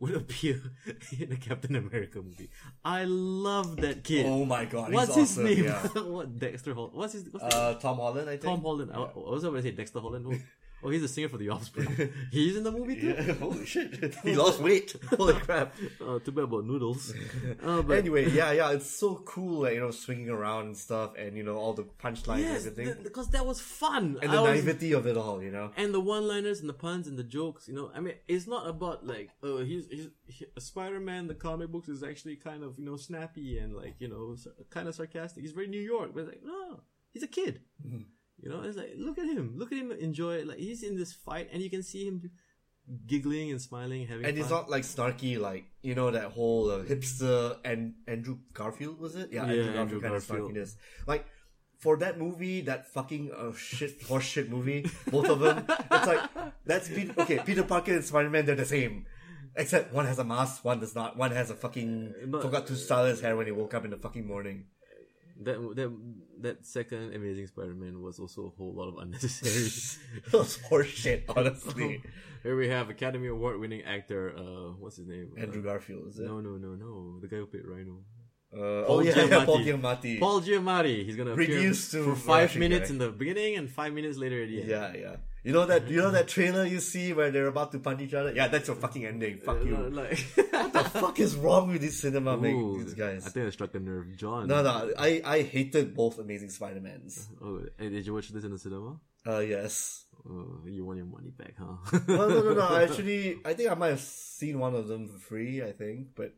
would appear in a Captain America movie? I love that kid.
Oh my god,
what's
he's
his
awesome.
name?
Yeah.
what Dexter Hall? What's his? What's his
Uh, Tom Holland, I think.
Tom Holland. I, I was about to say Dexter Holland. Oh, oh, he's a singer for The Offspring. he's in the movie too.
Yeah, holy shit. he lost weight. Holy crap.
Uh, too bad about noodles. Uh, but
anyway, yeah, yeah, it's so cool, like, you know, swinging around and stuff, and you know, all the punchlines
yes,
and everything,
th- because that was fun.
and the
I was-
naivety of it all, you know.
and the one-liners and the puns and the jokes. You know, I mean, it's not about like, oh, he's, he's he, Spider-Man. The comic books is actually kind of you know snappy and like you know sar- kind of sarcastic. He's very New York, but it's like no, he's a kid.
Mm-hmm.
You know, it's like look at him, look at him enjoy. It. Like he's in this fight, and you can see him giggling and smiling, having
And
fun.
it's not like snarky, like you know that whole uh, hipster and Andrew Garfield was it? Yeah,
Yeah,
Andrew Garfield
Andrew
kind
Garfield.
of snarkiness. Like for that movie, that fucking uh, shit horse shit movie, both of them. it's like that's Peter, okay. Peter Parker and Spider Man, they're the same, except one has a mask, one does not. One has a fucking
but-
forgot to style his hair when he woke up in the fucking morning.
That that that second Amazing Spider-Man was also a whole lot of unnecessary.
It was horseshit,
Oh,
honestly.
Here we have Academy Award-winning actor. Uh, what's his name?
Andrew Garfield, is
Uh,
it?
no, no, no, no. The guy who played Rhino.
Uh,
Paul
oh yeah, yeah, Paul
Giamatti.
Giamatti.
Paul Giamatti. He's gonna appear
Reduced to
for five
Russian
minutes
guy.
in the beginning and five minutes later at the end.
Yeah, yeah. You know that you know that trailer you see where they're about to punch each other? Yeah, that's your fucking ending. Fuck you.
Like,
What the fuck is wrong with this cinema
Ooh,
making these guys?
I think I struck a nerve, John.
no, no, I, I hated both Amazing Spider-Mans.
Oh, and did you watch this in the cinema?
Uh, yes.
Oh, you want your money back, huh?
Well, no, no, no. I actually, I think I might have seen one of them for free, I think, but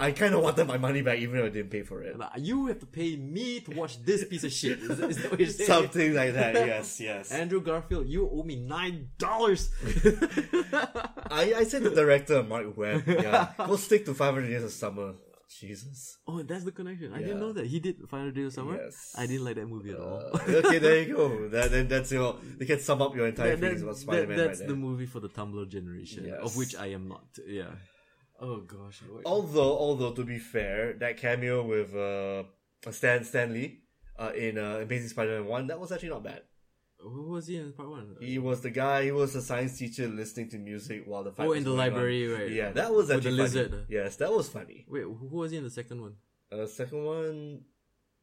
I kind of wanted my money back even though I didn't pay for it.
Like, You have to pay me to watch this piece of shit. Is that, is that what you're saying?
Something like that, yes, yes.
Andrew Garfield, you owe me nine dollars.
I, I said the director, Mark Webb, yeah. We'll stick to 500 Years of Summer. Jesus.
oh, that's the connection. I didn't
Yeah.
know that he did Final Day of Summer.
Yes. Uh,
I didn't like that movie at all.
okay, there you go. That, then that's your. They can sum up your entire
That- that-
feelings about Spider Man
that-
right
that's
there.
the movie for the Tumblr generation, of
Yes.
which I am not. Yeah. Oh gosh. wait.
although, although to be fair, that cameo with uh, Stan Stanley uh, in uh, Amazing Spider Man One that was actually not bad.
Who was he in part one?
He was the guy. He was a science teacher listening to music while the fight.
Oh,
was
in the
going on.
library, right?
Yeah, that
With
was
the
actually
lizard.
Funny. Yes, that was funny.
Wait, who was he in the second one?
Uh, second one,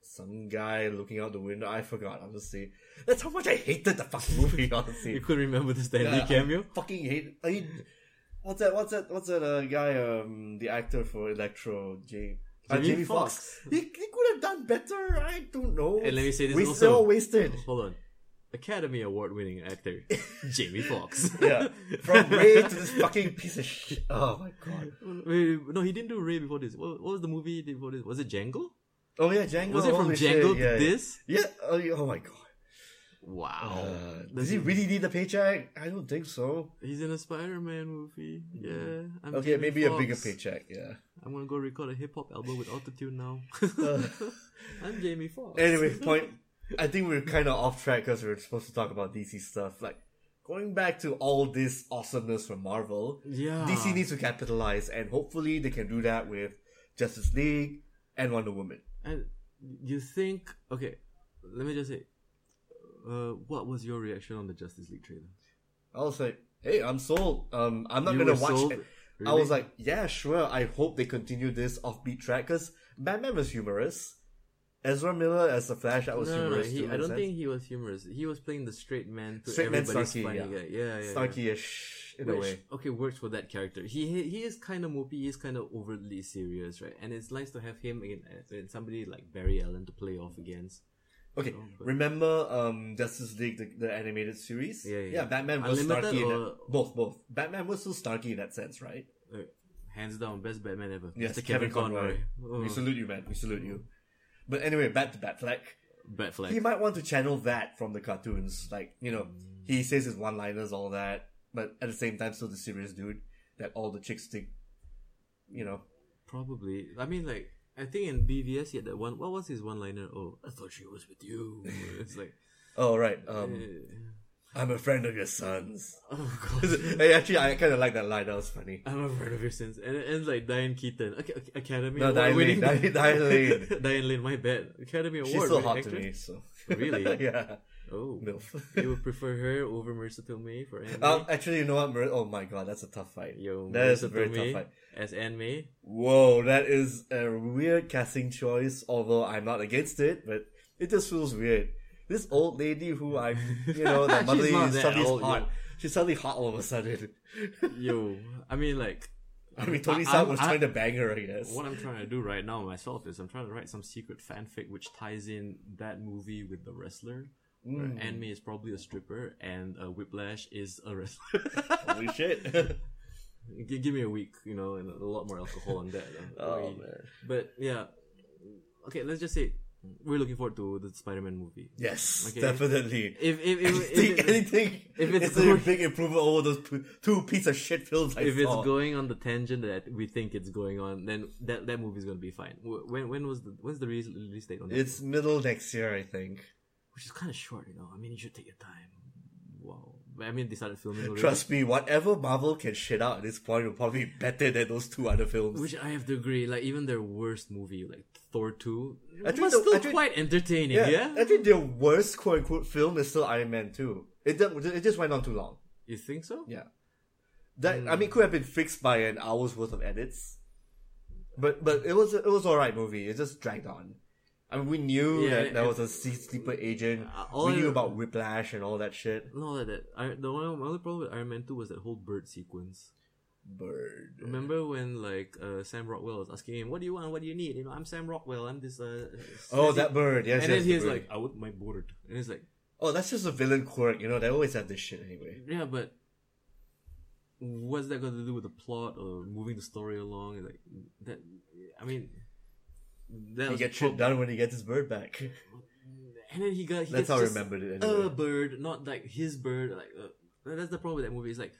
some guy looking out the window. I forgot. Honestly, that's how much I hated the fucking movie. Honestly,
You could remember the Stanley
Yeah, I
cameo.
fucking hate. I mean, what's that? What's that? What's that uh, guy? Um, the actor for Electro, J. Uh,
Jamie
Jamie,
Foxx.
Fox. He, he could have done better. I don't know.
And let me say this
Wasted-
also.
all wasted.
Hold on. Academy Award winning actor, Jamie Fox.
yeah, from Ray to this fucking piece of shit. Oh my god.
Wait, wait, no, he didn't do Ray before this. What, what was the movie he did before this? Was it Django?
Oh yeah, Django.
Was it from
holy
Django to
shit, yeah,
this? Oh,
Yeah. Oh, yeah, oh my god.
Wow.
Uh,
Does
does he really need the paycheck? I don't think so.
He's in a Spider-Man movie. Yeah. I'm
Okay,
Jamie
maybe a bigger
Foxx.
paycheck. Yeah.
I'm gonna go record a hip hop album with autotune now.
Uh,
I'm Jamie Foxx.
anyway, point. I think we're kind of off track because we're supposed to talk about DC stuff. Like going back to all this awesomeness from Marvel,
Yeah.
DC needs to capitalize, and hopefully they can do that with Justice League and Wonder Woman.
And you think? Okay, let me just say. Uh, what was your reaction on the Justice League trailer?
I was like, hey, I'm sold. Um, I'm not
You
gonna
were
watch
sold?
it. I
Really?
was like, yeah, sure. I hope they continue this offbeat track because Batman was humorous. Ezra Miller as the Flash, that was
no, no, no,
humorous.
he,
too, in
I
a
don't
sense.
think he was humorous. He was playing the straight man to
Straight man
everybody's
Starkey,
funny
yeah.
guy. Yeah, yeah, yeah.
Starkey-ish in a
Which,
way.
okay, works for that character. He he he is kind of mopey. He's kind of overly serious, right? And it's nice to have him in, in somebody like Barry Allen to play off against.
Okay,
Oh, but-
remember um Justice League the, the animated series?
Yeah, yeah.
Batman was
Unlimited
Starkey. in
or-
that, both, both. Batman was still Starkey in that sense, right?
Uh, hands down, best Batman ever.
Yes,
Mr.
Kevin Conroy.
Oh,
We salute you, man. We salute you. But anyway, back to Batfleck.
Batfleck.
He might want to channel that from the cartoons, like you know, he says his one-liners, all that, but at the same time, still the serious dude that all the chicks think. You know,
Probably. I mean, like, I think in BVS he had that one. What was his one liner? Oh, I thought she was with you. It's like,
oh right,
eh,
um, I'm a friend of your son's.
oh god.
hey, actually, I kind of like that line. That was funny.
I'm a friend of your sins. And it ends like Diane Keaton. Okay, okay, Academy
No,
Award.
Diane Lane,
winning-
Diane- Diane Lane.
Diane Lane, my bad. Academy Award.
She's still
winning
hot to
actress?
me, so
Really?
yeah,
Oh.
milf.
you would prefer her over Marissa Tomei for Anne
Uh,
May?
actually, you know what? Mar- oh my god, that's a tough fight.
Yo,
that is
Marissa
a very
Tomei
tough fight.
As Anne May?
Whoa, that is a weird casting choice. Although I'm not against it, but it just feels weird. This old lady who I, you know, that
She's
motherly
not
is
that
suddenly
old,
hot.
yo.
She's suddenly hot all of a sudden.
Yo, I mean, like,
I mean, Tony
I-
Stark
I-
was
I-
trying to bang her, I guess.
What I'm trying to do right now myself is I'm trying to write some secret fanfic which ties in that movie with the wrestler. where
Mm. Hmm.
Anime is probably a stripper and uh, Whiplash is a wrestler.
Holy shit!
G- give me a week, you know, and a lot more alcohol on that. uh,
oh
we-
man.
But yeah, okay, let's just say we're looking forward to the Spider-Man movie.
Yes,
Okay.
definitely.
If if if, if,
Think
it-
anything?
if
If
it's
it's,
going-
a big improvement over those p- two piece of shit films I
if it's
saw.
going on the tangent that we think it's going on, then that that movie's gonna be fine. Wh- When when was the when's the release, release date on that?
It's middle next year, I think.
which is kind of short, you know. I mean, you should take your time. Wow, But I mean, they started filming already.
Trust me, whatever Marvel can shit out at this point will probably be better than those two other films.
Which I have to agree, like even their worst movie, like Thor two,
Actually,
was
the-
still
actually-
quite entertaining.
yeah,
Yeah,
I think their worst quote unquote film is still Iron Man two. It ju- it just went on too long.
you think so?
Yeah, that I
Mm.
mean could have been fixed by an hour's worth of edits, but but it was it was alright movie. It just dragged on. I mean, we
Yeah,
knew that there
it-
was a sea sleeper agent.
Uh, all
we
I-
knew about Whiplash and all that shit.
No, like that. I, the one, my only problem with Iron Man two was that whole bird sequence.
Bird.
Remember when like uh, Sam Rockwell was asking him, "What do you want? What do you need?" You know, I'm Sam Rockwell. I'm this. Uh,
Oh,
snazzy-"
that bird. Yes,
And
yes,
then
the
he's
bird.
like, "I want my board." And he's like,
oh, that's just a villain quirk. You know, they always have this shit anyway.
"Yeah, but what's that got to do with the plot or moving the story along?" And like that. I mean, that
He
was
gets shit
prob-
done when he gets his bird back.
And then he got. He
That's
gets
how I
just uh,
remembered it. Anyway.
A bird, not like his bird. Like uh, that's the problem with that movie. It's like,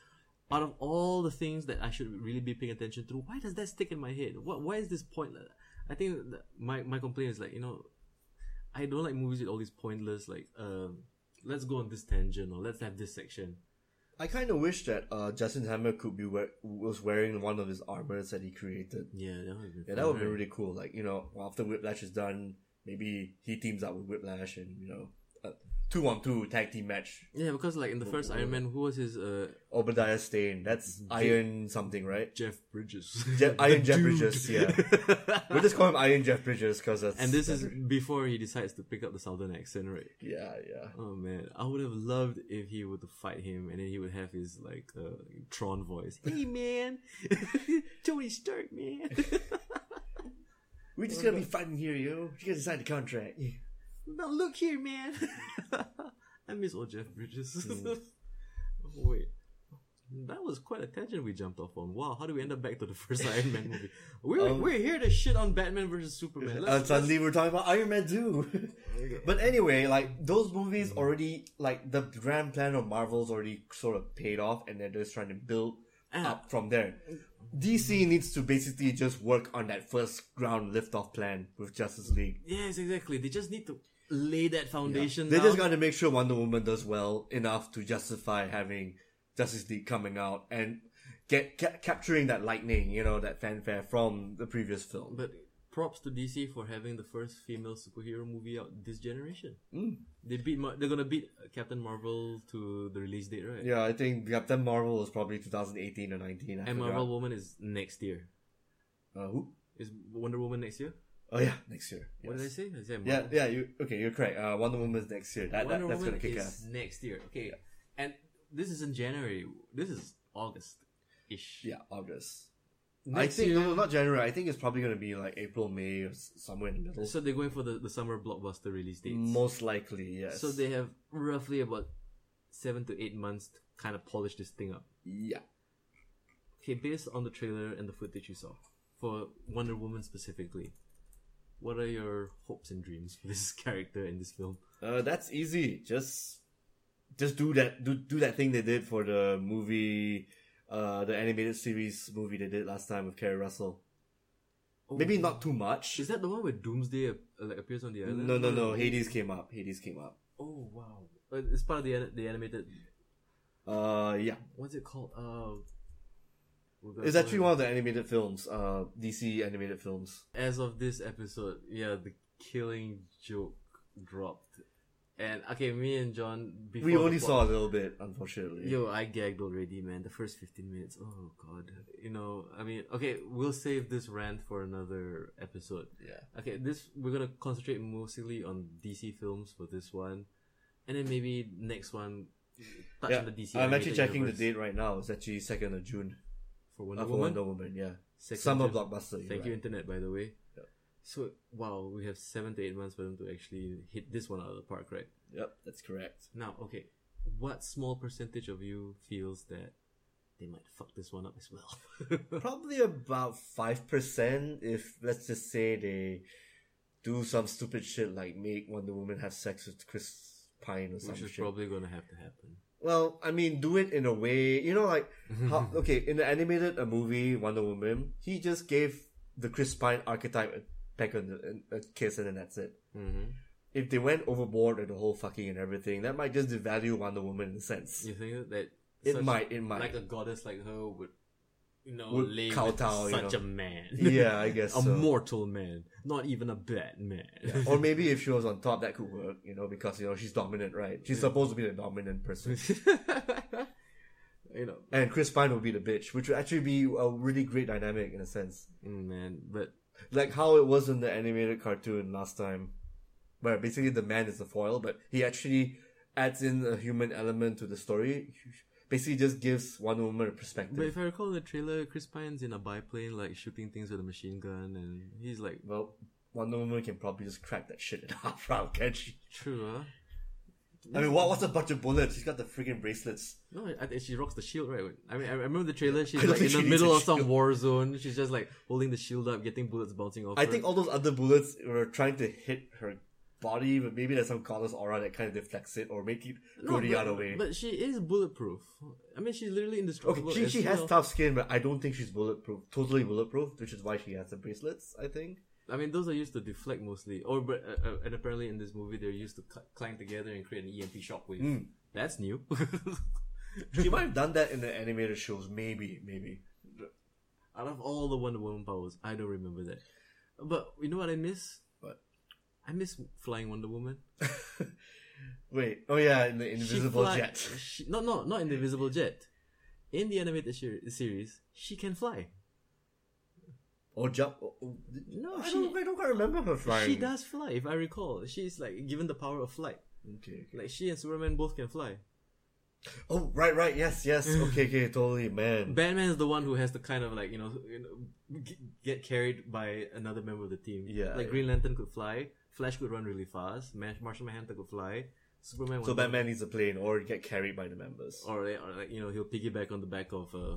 out of all the things that I should really be paying attention to, why does that stick in my head? What? Why is this pointless? I think that my my complaint is like you know, I don't like movies with all these pointless like um, let's go on this tangent or let's have this section.
I kind of wish that uh, Justin Hammer could be wear- was wearing one of his armors that he created.
Yeah, that would be
Yeah, that would be really cool. Like you know, after Whiplash is done, maybe he teams up with Whiplash and you know, uh, two on two tag team match.
Yeah, because like in the first Iron Man, who was his uh,
Obadiah Stane. That's
Mm-hmm.
Iron something, right?
Jeff Bridges?
Je- Iron Jeff
Dude.
Bridges. Yeah, we'll just call him Iron Jeff Bridges because that's
Ah. and this is
that's-
before he decides to pick up the southern accent, right?
yeah, yeah.
Oh man, I would have loved if he would fight him, and then he would have his like uh, Tron voice. Hey man, Tony Stark, man.
We're just gonna be fighting here, yo. You guys signed the contract.
now look here, man. I miss old Jeff Bridges.
Mm.
Wait, that was quite a tangent we jumped off on. Wow, how do we end up back to the first Iron Man movie? We're
Um,
we're here to shit on Batman versus Superman.
And
Let's-
suddenly we're talking about Iron Man 2. but anyway, like those
Mm.
movies already like the grand plan of Marvel's already sort of paid off and they're just trying to build
Ah. Mm-hmm.
up from there. DC needs to basically just work on that first ground liftoff plan with Justice League.
yes, exactly. They just need to lay that foundation.
They just
down.
gotta make sure Wonder Woman does well enough to justify having Justice League coming out and get ca- capturing that lightning, you know, that fanfare from the previous film.
But props to DC for having the first female superhero movie out this generation.
Mm.
They beat. Mar- they're gonna beat Captain Marvel to the release date, right?
Yeah, I think Captain Marvel was probably 2018 or 19. I
And
forgot.
Marvel Woman is next year.
Uh, who?
Is Wonder Woman next year?
Oh yeah, next year.
What did I
Yes.
say? I said
Yeah,
Marvel.
yeah. You okay? You're correct. Uh, Wonder Woman's next year. That, that,
Wonder
that's gonna
Woman
kick
is
ass.
next year. Okay, and this is in January. This is August ish.
Yeah, August.
Next
I think
year.
no, no, not January. I think it's probably gonna be like April, May, or s- somewhere in the middle.
So they're going for the, the summer blockbuster release dates.
Most likely, yes.
So they have roughly about seven to eight months to kind of polish this thing up.
yeah.
Okay, based on the trailer and the footage you saw for Wonder Woman specifically, what are your hopes and dreams for this character in this film?
Uh, that's easy. Just, just do that. Do do that thing they did for the movie, uh, the animated series movie they did last time with Carrie Russell. Maybe not too much.
Oh. Is that the one where Doomsday uh, like appears on the island?
No, no, no. Hades came up. Hades came up.
Oh wow, Uh, it's part of the an- the animated.
Uh, yeah.
What's it called? Uh, we're gonna
It's
call
actually
it-
one of the animated films, uh, DC animated films.
As of this episode, yeah, the Killing Joke dropped, and okay, me and John. Before
We
the
only
pod-
saw a little bit, unfortunately.
Yo, I gagged already, man. The first 15 minutes. Oh, God. You know, I mean, okay, we'll save this rant for another episode.
Yeah.
Okay, this, we're gonna concentrate mostly on DC films for this one. And then maybe next one, touch
Yeah,
on the DC.
I'm actually
animated
checking the
universe
date right now. It's actually second of June.
For Wonder
Uh, for
Woman.
Wonder Woman, yeah.
Second
Summer
June.
blockbuster. you're
Thank
right.
you, internet, by the way. So, wow, we have seven to eight months for them to actually hit this one out of the park, right?
Yep, that's correct.
Now, okay, what small percentage of you feels that they might fuck this one up as well?
Probably about five percent. If let's just say they do some stupid shit like make Wonder Woman have sex with Chris Pine or some
which is
shit.
probably going to have to happen.
Well, I mean, do it in a way, you know, like how okay in the animated a movie Wonder Woman, he just gave the Chris Pine archetype a peck on the, a kiss and then that's it.
Mm-hmm.
if they went overboard with the whole fucking and everything, that might just devalue Wonder Woman in a sense.
You think that
It
such-
might, it might.
like a goddess like her would, you know,
Would
lay
kowtow,
with
you
such
know.
a man?
yeah, I guess
a
so.
mortal man, not even a bad man.
or maybe if she was on top, that could work, you know, because you know she's dominant, right? She's supposed to be the dominant person,
you know,
and Chris Pine would be the bitch, which would actually be a really great dynamic in a sense,
mm, man. But
like how it was in the animated cartoon last time, where basically the man is the foil, but he actually adds in a human element to the story. Basically, just gives one woman a perspective.
but if I recall the trailer, Chris Pine's in a biplane, like shooting things with a machine gun, and he's like,
Well, Wonder Woman can probably just crack that shit in half round, can't she?
"True, huh?
I mean, what, what's a bunch of bullets? She's got the freaking bracelets.
No, I think she rocks the shield, right? I mean, I I remember the trailer. She's
I don't
like in
think
the
she needs
middle
a
of some
shield.
war zone. She's just like holding the shield up, getting bullets bouncing off.
I
her.
think all those other bullets were trying to hit her body, but maybe there's some goddess aura that kind of deflects it or make it go the
but,
other way.
But she is bulletproof. I mean, she's literally
okay,
indestructible.
she,
as
she has
well.
tough skin, but I don't think she's bulletproof, totally bulletproof, which is why she has the bracelets, I think.
I mean, those are used to deflect mostly. Or, but uh, uh, and apparently in this movie, they're used to cl- clang together and create an EMP shockwave.
Hmm.
That's new.
She might have done that in the animated shows, maybe, maybe.
Out of all the Wonder Woman powers, I don't remember that. But you know what I miss?
What?
I miss flying Wonder Woman.
Wait, oh yeah, in the
She
invisible
fly-
jet.
She, no, no, not in the invisible jet. In the animated sher- series, she can fly.
Or jump. oh, oh,
No,
I,
she-
don't, I don't quite remember her flying.
She does fly, if I recall. She's like given the power of flight.
Okay, okay.
Like she and Superman both can fly.
Oh, right, right. Yes, yes. Okay, okay. Totally, man.
Batman is the one who has to kind of like you know, you know g- get carried by another member of the team.
Yeah,
like
yeah.
Green Lantern could fly, Flash could run really fast, Ma- Martian Manhunter could fly, Superman.
So
was-
Batman needs a plane or get carried by the members.
or, or like you know he'll piggyback on the back of uh,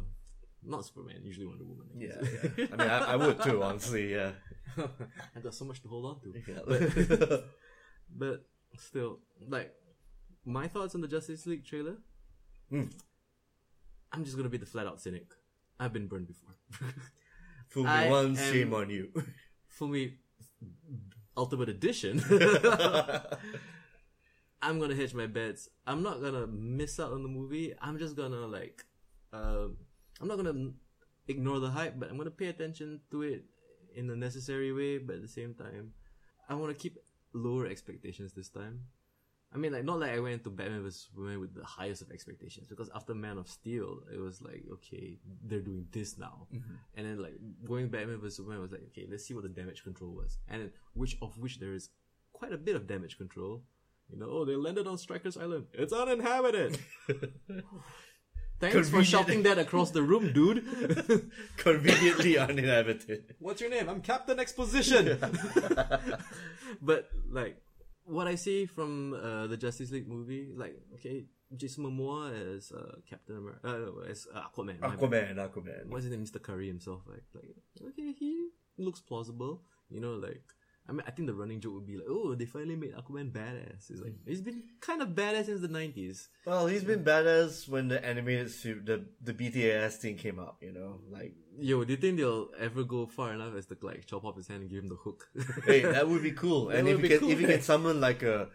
not Superman, usually Wonder Woman. I
Yeah,
guess.
yeah. I mean, I, I would too, honestly. Yeah.
I got so much to hold on to.
yeah.
But still, like my thoughts on the Justice League trailer.
Hmm.
I'm just gonna be the flat out cynic. I've been burned before.
Fool
I
me once,
am-
shame on you.
For me, Ultimate Edition. I'm gonna hedge my bets. I'm not gonna miss out on the movie. I'm just gonna like, um, I'm not gonna ignore the hype, but I'm gonna pay attention to it in the necessary way. But at the same time, I want to keep lower expectations this time. I mean, like not like I went into Batman vs Superman with the highest of expectations because after Man of Steel, it was like okay, they're doing this now, and then like going Batman vs Superman was like okay, let's see what the damage control was, and then which of which there is quite a bit of damage control. You know, oh, they landed on Striker's Island. It's uninhabited. Thanks for
Convenient.
shouting that across the room, dude.
Conveniently uninhabited.
What's your name? I'm Captain Exposition. but like, what I see from uh, the Justice League movie, like, okay, Jason Momoa as uh, Captain America, uh, as uh, Aquaman. my bad.
Aquaman, Aquaman.
What's his name? Mr. Curry himself. Like, like, okay, he looks plausible. You know, like, I mean, I think the running joke would be like, oh, they finally made Aquaman badass. It's like he's been kind of badass since the nineties.
Well, he's been badass when the animated suit, the the BTS thing came up. You know, like
Yo, do you think they'll ever go far enough as to like chop off his hand and give him the hook?
hey, that would be cool. and if
would
you
be
can if you
cool.
can summon like a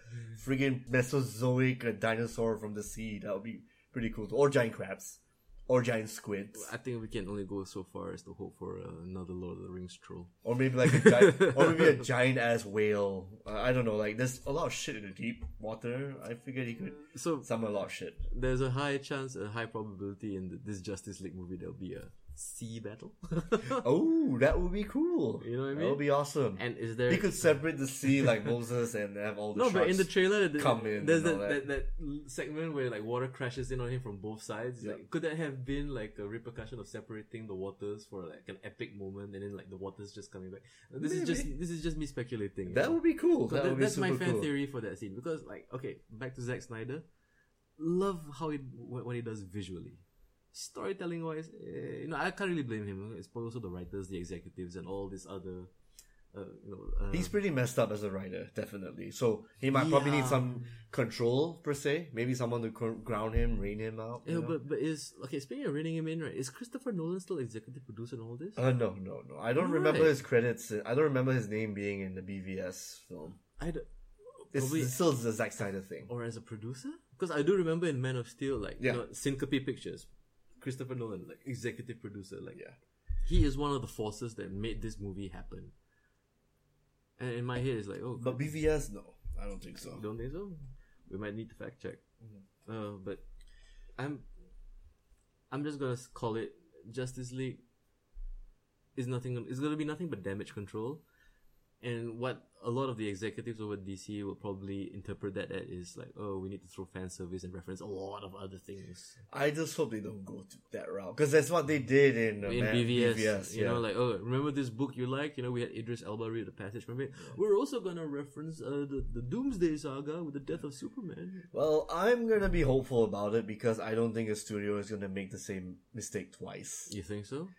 friggin' Mesozoic uh dinosaur from the sea, that would be pretty cool. Or giant crabs, or giant squids,
I think we can only go so far as to hope for uh, another Lord of the Rings troll.
or maybe like a giant, or maybe a giant ass whale. Uh, I don't know. Like there's a lot of shit in the deep water. I figured he could
So
summon a lot of shit.
there's a high chance, a high probability in th- this Justice League movie there'll be a sea battle.
Oh, that would be cool.
You know what I
That
mean?
would be awesome.
and is there
he could separate the sea like Moses and have all the
no? But in the
sharks.
trailer, th-
come in
there's
and
that,
all
that. That, segment where like water crashes in on him from both sides.
Yeah.
Like, could that have been like a repercussion of separating the waters for like an epic moment, and then like the waters just coming back? This is just this is just me speculating. you know?
that would be cool.
So
That
that-
would be
that's my
super
fan
cool.
theory for that scene because, like, okay, back to Zack Snyder. Love how he wh- what he does visually, storytelling wise. eh, you know, I can't really blame him. It's probably also the writers, the executives, and all these other, uh, you know, uh,
He's pretty messed up as a writer, definitely. So he might probably need
Yeah.
some control per se. Maybe someone to co- ground him, rein him out.
Yeah,
you know?
but but is okay. Speaking of reading him in, right? Is Christopher Nolan still executive producer and all this?
uh, no, no, no. I don't
Right.
remember his credits. I don't remember his name being in the BVS film.
I d-
It's,
Probably-
it's still the Zack Snyder thing.
or as a producer? Because I do remember in Man of Steel, like
Yeah.
you know, Syncope Pictures, Christopher Nolan, like executive producer, like
Yeah.
he is one of the forces that made this movie happen. And in my head, it's like, oh,
But BVS, no, I don't think so.
don't think so. We might need to fact check.
Mm-hmm.
Uh, but I'm, I'm just gonna s- call it Justice League. Is nothing. It's gonna be nothing but damage control, and what a lot of the executives over DC will probably interpret that at is like, oh, we need to throw fan service and reference a lot of other things
I just hope they don't go to that route because that's what they did in, uh,
in
Man-
BVS.
BVS,
you
yeah.
know, like, oh, remember this book you liked? You know, we had Idris Elba read the passage from it. We're also gonna reference uh, the the Doomsday Saga with the death of Superman.
Well, I'm gonna be hopeful about it because I don't think a studio is gonna make the same mistake twice.
You think so?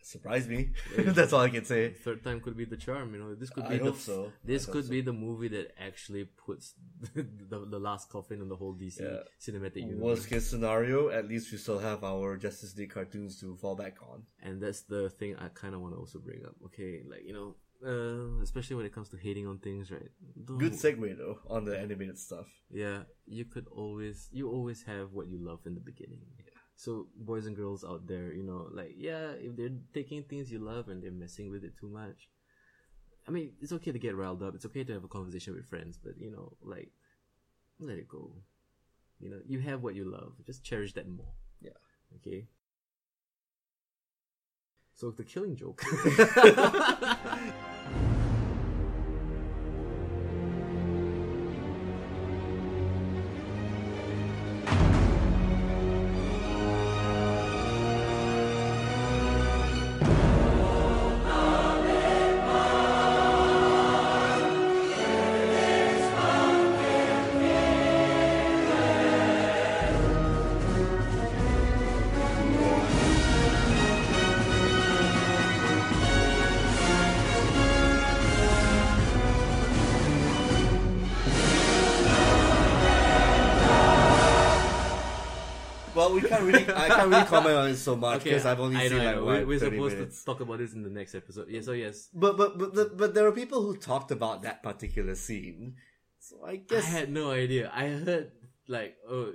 Surprise me. That's all I can say.
Third time could be the charm, you know. This could
I
be the
hope so.
this
I hope
could be the movie that actually puts the, the last coffin on the whole DC
Yeah.
cinematic universe.
Worst case scenario, at least we still have our Justice League cartoons to fall back on.
And that's the thing I kind of want to also bring up. Okay, like you know, uh, especially when it comes to hating on things, right? Don't-
Good segue though on the animated stuff.
Yeah, you could always you always have what you love in the beginning. So boys and girls out there, you know, like yeah, if they're taking things you love and they're messing with it too much, I mean, it's okay to get riled up. It's okay to have a conversation with friends, but you know, like let it go. You know, you have what you love. Just cherish that more.
Yeah.
Okay. So the killing joke.
Well, we can't really, I can't really comment on it so much because I've only
I
seen
know, I
like
know.
what,
We're, we're
30
supposed
minutes.
to talk about this in the next episode. Yeah. So yes,
But but but the, but there are people who talked about that particular scene. So I guess
I had no idea. I heard like oh,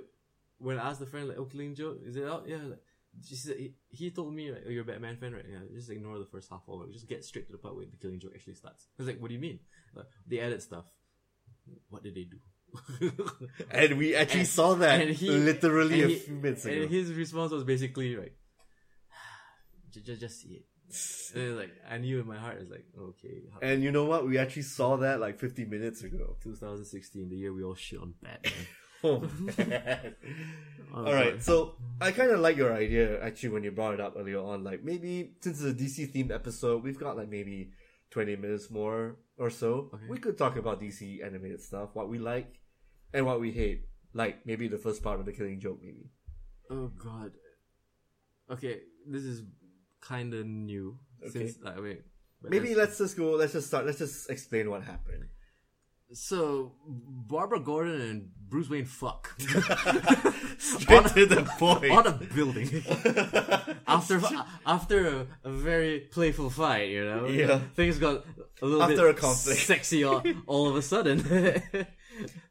when I asked the friend like, "Oh, Killing Joke, is it out?" Yeah, like, she said he, he told me like, "Oh, you're a Batman fan, right?" Yeah, just ignore the first half hour. Just get straight to the part where the Killing Joke actually starts. I was like, "What do you mean?" Like, they added stuff. What did they do?
and we actually
and-
saw that
and he-
literally a
and he-
few minutes ago.
and his response was basically like, "Just, just see it." And it's like I knew in my heart, it's like okay, how-
And you know what? We actually saw that like 50 minutes ago.
2016, the year we all shit on Batman.
Oh, man. All right. So I kind of like your idea actually when you brought it up earlier on. Like maybe since it's a DC themed episode, we've got like maybe 20 minutes more or so.
Okay.
We could talk about DC animated stuff, what we like and what we hate. Like maybe the first part of the Killing Joke, maybe.
Oh god. Okay, this is kind of new.
Okay.
Since I mean, but
Maybe
let's-
let's just go. Let's just start. Let's just explain what happened.
so Barbara Gordon and Bruce Wayne fuck
Straight to the point.
on a building after after a, a very playful fight. You know,
Yeah.
things got a little
After
bit
a conflict.
sexy all, all of a sudden.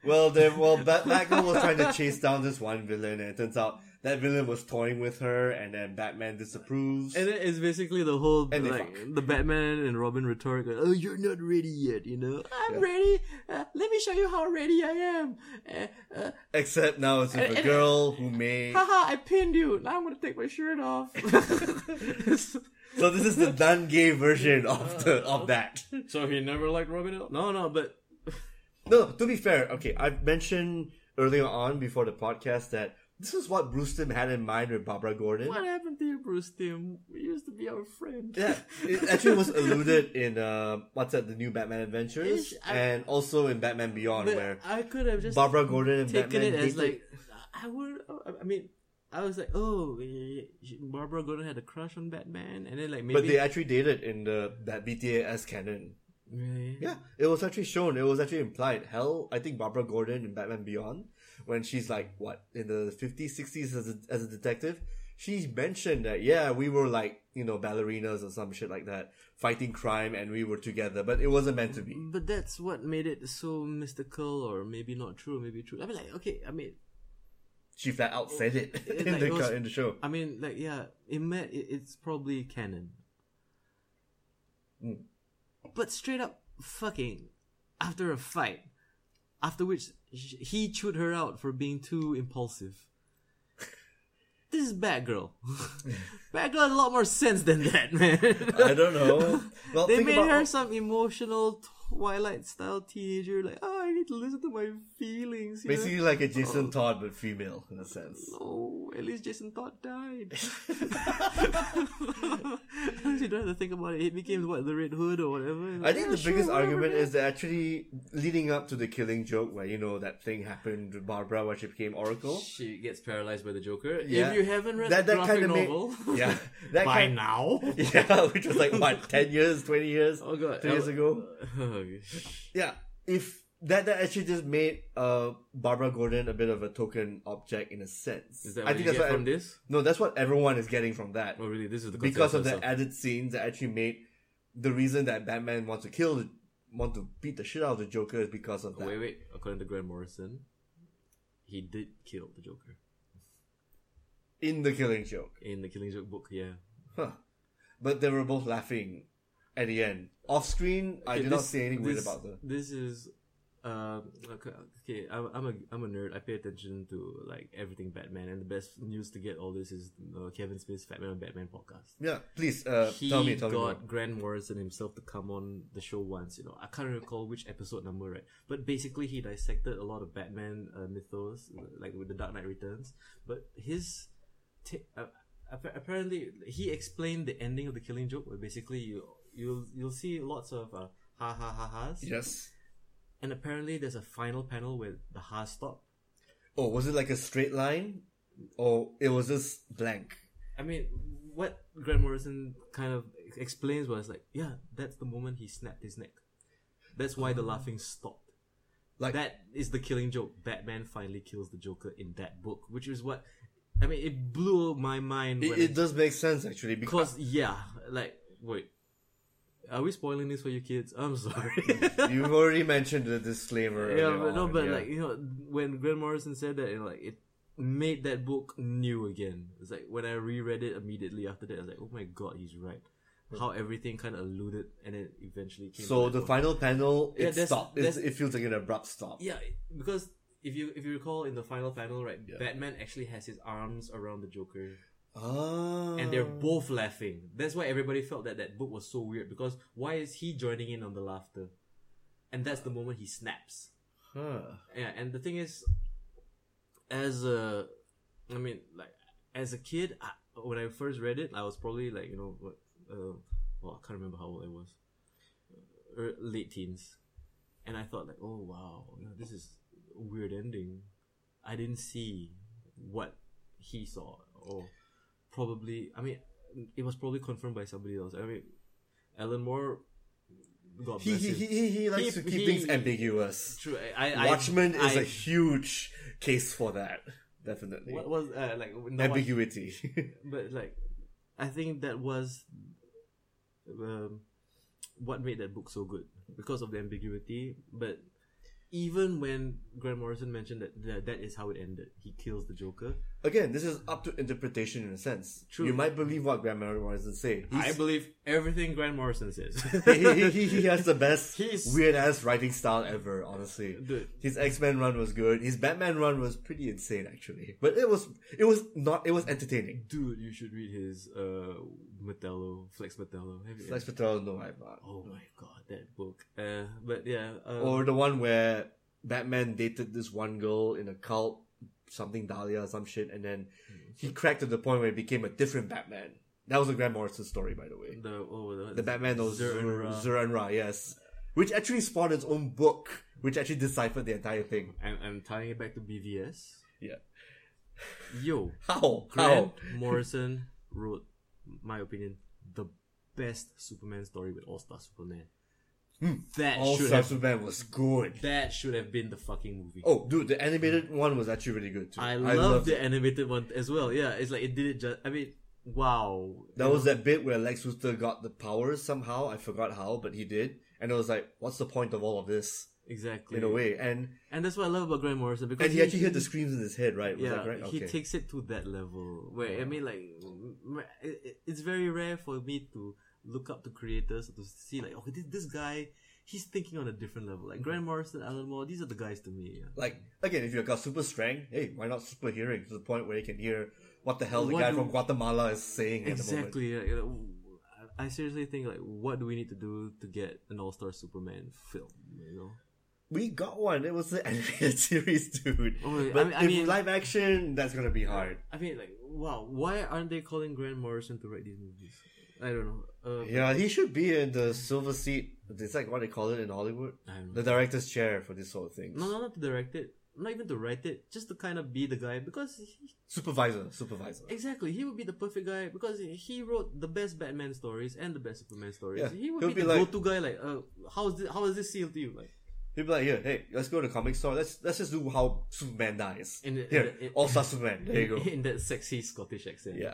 Well, then, well, Bat- Batgirl was trying to chase down this one villain, and it turns out that villain was toying with her, and then Batman disapproves.
And it's basically the whole
And they
like the Batman and Robin rhetoric. Like, oh, you're not ready yet, you know. I'm ready. Uh, let me show you how ready I am. Uh, uh,
Except now it's with a girl who may.
haha, I pinned you. Now I'm gonna take my shirt off.
So this is the non-gay version of the of that.
so he never liked Robin at all. No, no, but
No, to be fair, okay, I mentioned earlier on before the podcast that this is what Bruce Timm had in mind with Barbara Gordon.
what happened to you, Bruce Tim? We used to be our friend.
Yeah, it actually was alluded in uh, what's that? The new Batman Adventures,
Ish, I-
and also in Batman Beyond,
But
where
I could have just
Barbara Gordon and
taken it
Batman
as
dated.
like I would. oh, I mean, I was like, oh, eh, she- Barbara Gordon had a crush on Batman, and then like maybe.
But they actually dated in the that BTAS canon.
Really?
Yeah, it was actually shown. It was actually implied. Hell, I think Barbara Gordon in Batman Beyond, when she's like what in the 50s, 60s as a, as a detective, she mentioned that yeah, we were like you know ballerinas or some shit like that, fighting crime, and we were together, but it wasn't meant to be.
But that's what made it so mystical, or maybe not true, maybe true. I mean, like, okay, I mean,
She flat out said it
It-
in
like,
the
it was-
in the show.
I mean, like, yeah, it met, it, it's probably canon.
Mm.
But straight up fucking after a fight, after which sh- he chewed her out for being too impulsive. This is Batgirl. Batgirl had a lot more sense than that, man.
I don't know. Well,
they
think
made
about
her some emotional Twilight style teenager, like, oh, I need to listen to my feelings. you know?
basically like a Jason Todd but female in a sense.
No, Oh, at least Jason Todd died. you don't have to think about it. It became what the Red Hood or whatever.
I think the biggest argument is that actually leading up to the killing joke where you know that thing happened to Barbara when she became Oracle.
she gets paralyzed by the Joker.
Yeah.
If you haven't read
That-
the
that
graphic
kinda made-
novel,
Yeah, that
by
kind-
now.
yeah, which was like what ten years, twenty years,
Oh god,
three years
I-
ago.
Okay.
Yeah, if that that actually just made uh Barbara Gordon a bit of a token object in a sense.
Is that what you get from this?
No, that's what everyone is getting from that
Oh really? This is the
because of the
consensus
added scenes that actually made the reason that Batman wants to kill, want to beat the shit out of the Joker is because of that.
Wait, wait. According to Grant Morrison, he did kill the Joker
in the Killing Joke.
in the Killing Joke book. Yeah.
Huh. But they were both laughing at the end. Off screen, I
Okay,
did not
this-
see anything weird
this-
about the.
This is, um, okay, okay, I'm, I'm a I'm a nerd. I pay attention to like everything Batman, and the best news to get all this is uh, Kevin Smith's Batman on Batman podcast.
Yeah, please uh,
He
tell me, tell me.
got
more.
Grant Morrison himself to come on the show once. You know, I can't recall which episode number, right? But basically, he dissected a lot of Batman uh, mythos, like with the Dark Knight Returns. But his t- uh, appa- apparently he explained the ending of the Killing Joke, where basically you you'll you'll see lots of uh, ha ha ha ha's.
Yes.
And apparently, there's a final panel where the ha stop.
Oh, was it like a straight line? Or it was just blank?
I mean, what Grant Morrison kind of explains was like, yeah, that's the moment he snapped his neck. That's why the laughing stopped.
Like,
That is the killing joke. Batman finally kills the Joker in that book, which is what. I mean, it blew my mind.
it,
When
it does make sense actually because.
because yeah, like wait, are we spoiling this for you kids? I'm sorry.
You've already mentioned the disclaimer.
yeah,
earlier
but no,
on,
but
yeah.
like you know, when Grant Morrison said that, you know, like it made that book new again. It's like when I reread it immediately after that, I was like, oh my god, he's right. How everything kind of alluded and it eventually came.
So
to that
the
point.
final panel,
Yeah,
it
that's-
stopped. It's-
that's-
It feels like an abrupt stop.
Yeah, because if you if you recall in the final panel, right,
Yeah.
Batman actually has his arms around the Joker,
Ah.
and they're both laughing. That's why everybody felt that that book was so weird because why is he joining in on the laughter? And that's the moment he snaps.
Huh.
Yeah, and the thing is, as a, I mean, like as a kid, I, when I first read it, I was probably like you know, what, uh, well, I can't remember how old I was, Er, late teens, and I thought like, oh wow, you know, this is a weird ending. I didn't see what he saw, or probably, I mean, it was probably confirmed by somebody else. I mean, Alan Moore. God
He,
bless
he,
him.
he, he, he likes
He-
to keep
he-
things ambiguous.
True. I, I,
Watchmen is
I-
a huge case for that. Definitely.
What was uh, like no one-
Ambiguity.
but like, I think that was um, what made that book so good because of the ambiguity. But even when Grant Morrison mentioned that that, that is how it ended, he kills the Joker.
Again, this is up to interpretation in a sense.
True.
You might believe what Graham Morrison say.
I
He's-
believe everything Grant Morrison says.
he, he, he, he has the best
He's-
weird ass writing style ever, honestly.
Dude.
His X Men run was good. His Batman run was pretty insane actually. But it was it was not it was entertaining.
Dude, you should read his uh Metello, Flex Metello. Have you-
Flex Patel, no I'm not.
Oh my god, that book. Uh, but yeah, uh,
Or the one where Batman dated this one girl in a cult, something Dahlia, some shit, and then
Hmm.
he cracked to the point where he became a different Batman. That was a Grant Morrison story, by the way.
the oh the,
The Batman of
Zur and Ra.
Zur and Ra, yes. Which actually spawned its own book, which actually deciphered the entire thing.
I'm, I'm tying it back to BVS.
Yeah.
Yo,
How?
Grant
How?
Morrison wrote, my opinion, the best Superman story with All Star Superman. That
All
should
Star
have
Hmm. Superman was good.
that should have been the fucking movie.
Oh, dude, the animated one was actually really good too.
I love
loved
the animated one as well. Yeah, it's like it did it just. I mean, wow.
That was that bit where Lex Luthor got the powers somehow. I forgot how, but he did. And it was like, what's the point of all of this?
exactly
In a way, and
and that's what I love about Grant Morrison because
and he actually heard the screams in his head, right? Was
Yeah,
that correct?
he takes it to that level where I mean, like, m- it- it's very rare for me to look up to creators to see like, oh, this, this guy, he's thinking on a different level. Like Grant Morrison, Alan Moore, these are the guys to me. Yeah.
Mm-hmm. like again, if you've got super strength, hey, why not super hearing to the point where you can hear what the hell the
What
guy
do-
from Guatemala is saying at the moment?
Exactly. yeah, you know, I I seriously think like, what do we need to do to get an All Star Superman film? You know,
We got one. It was the animated series, dude.
Oh, I
but
mean- I
if
mean-
live action, that's gonna be hard.
I mean, like, wow, why aren't they calling Grant Morrison to write these movies? I don't know. Uh,
Yeah, he should be in the silver seat. It's like what they call it in Hollywood,
I don't know.
the director's chair for this sort of thing.
No, no, not to direct it. Not even to write it. Just to kind of be the guy because he,
Supervisor, supervisor.
Exactly, he would be the perfect guy because he wrote the best Batman stories and the best Superman stories.
Yeah,
He would
he'll
be,
be
the
like-
go-to guy. Like, uh, how is this? How is this sealed to you? Like,
People like, here, hey, let's go to the comic store. Let's let's just do how Superman dies.
In the- in
here,
the- in-
All Star Superman. There you go.
in that sexy Scottish accent.
Yeah.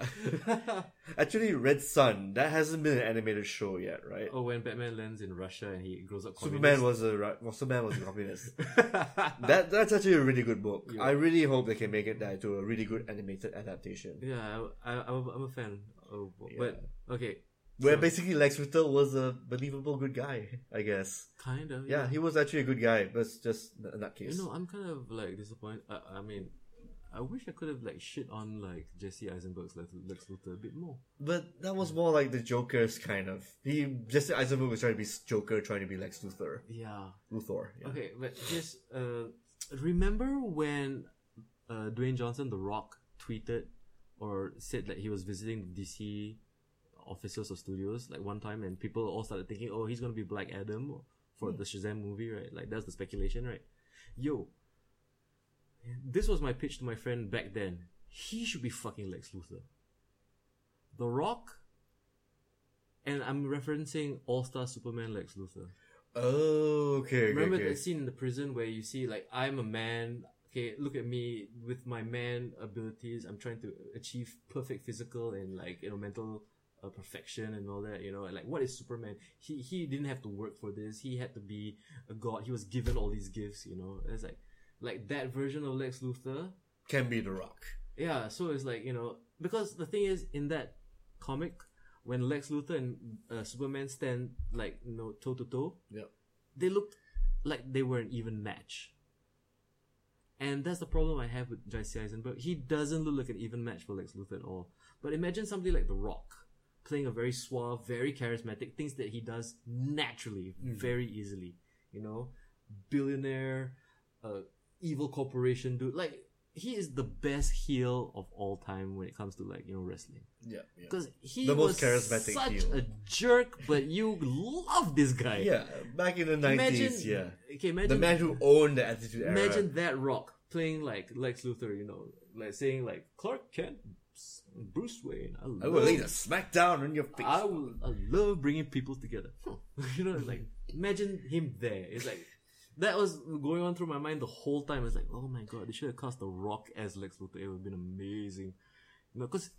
Actually, Red Sun that hasn't been an animated show yet, right?
Oh, when Batman lands in Russia and he grows up.
Superman
communist.
was a ri- well, Superman was a communist. that that's actually a really good book. I really hope they can make it that to a really good animated adaptation,
Yeah, I, I, I'm a- I'm a fan. Oh, but okay,
where
So-
basically Lex Luthor was a believable good guy, I guess.
kind of.
Yeah, he was actually a good guy, but it's just in that case.
You know, I'm kind of like disappointed. I, I mean, I wish I could have like shit on like Jesse Eisenberg's Lex Lex Luthor a bit more.
But that was more like the Joker's kind of. He Jesse Eisenberg was trying to be Joker, trying to be Lex Luthor.
Yeah.
Luthor. Yeah.
Okay, but just uh, remember when uh, Dwayne Johnson, The Rock, tweeted or said that he was visiting the DC offices or studios like one time, and people all started thinking, "Oh, he's gonna be Black Adam for the Shazam movie, right?" Like that's the speculation, right? Yo, this was my pitch to my friend back then. He should be fucking Lex Luthor. The Rock. And I'm referencing All Star Superman Lex Luthor.
Oh, okay. okay,
Remember
okay.
that scene in the prison where you see like I'm a man. Okay, look at me with my man abilities. I'm trying to achieve perfect physical and like you know mental uh, perfection and all that. You know, and, like what is Superman? He he didn't have to work for this. He had to be a god. He was given all these gifts. You know, And it's like like that version of Lex Luthor.
Can be the Rock.
Yeah, so it's like you know because the thing is in that comic when Lex Luthor and uh, Superman stand like you know toe to toe
Yep.
they looked like they were an even match. And that's the problem I have with Jesse Eisenberg. He doesn't look like an even match for Lex Luthor at all. But imagine somebody like The Rock playing a very suave, very charismatic, things that he does naturally,
Mm-hmm.
very easily. You know, billionaire, uh, evil corporation dude. Like, he is the best heel of all time when it comes to like, you know, wrestling.
Yeah. yeah.
Because he
The
was
most charismatic
such
heel.
a jerk, but you love this guy.
Yeah, back in the
Imagine,
nineties. Yeah,
Okay, imagine
the man who owned the Attitude Era.
Imagine that rock playing like Lex Luthor, you know, like saying like Clark Kent, Bruce Wayne. I, love,
I will lay the smackdown on your face.
I will. I love bringing people together. you know, like imagine him there. It's like that was going on through my mind the whole time. It's like, oh my god, they should have cast the Rock as Lex Luthor. It would have been amazing. You know, because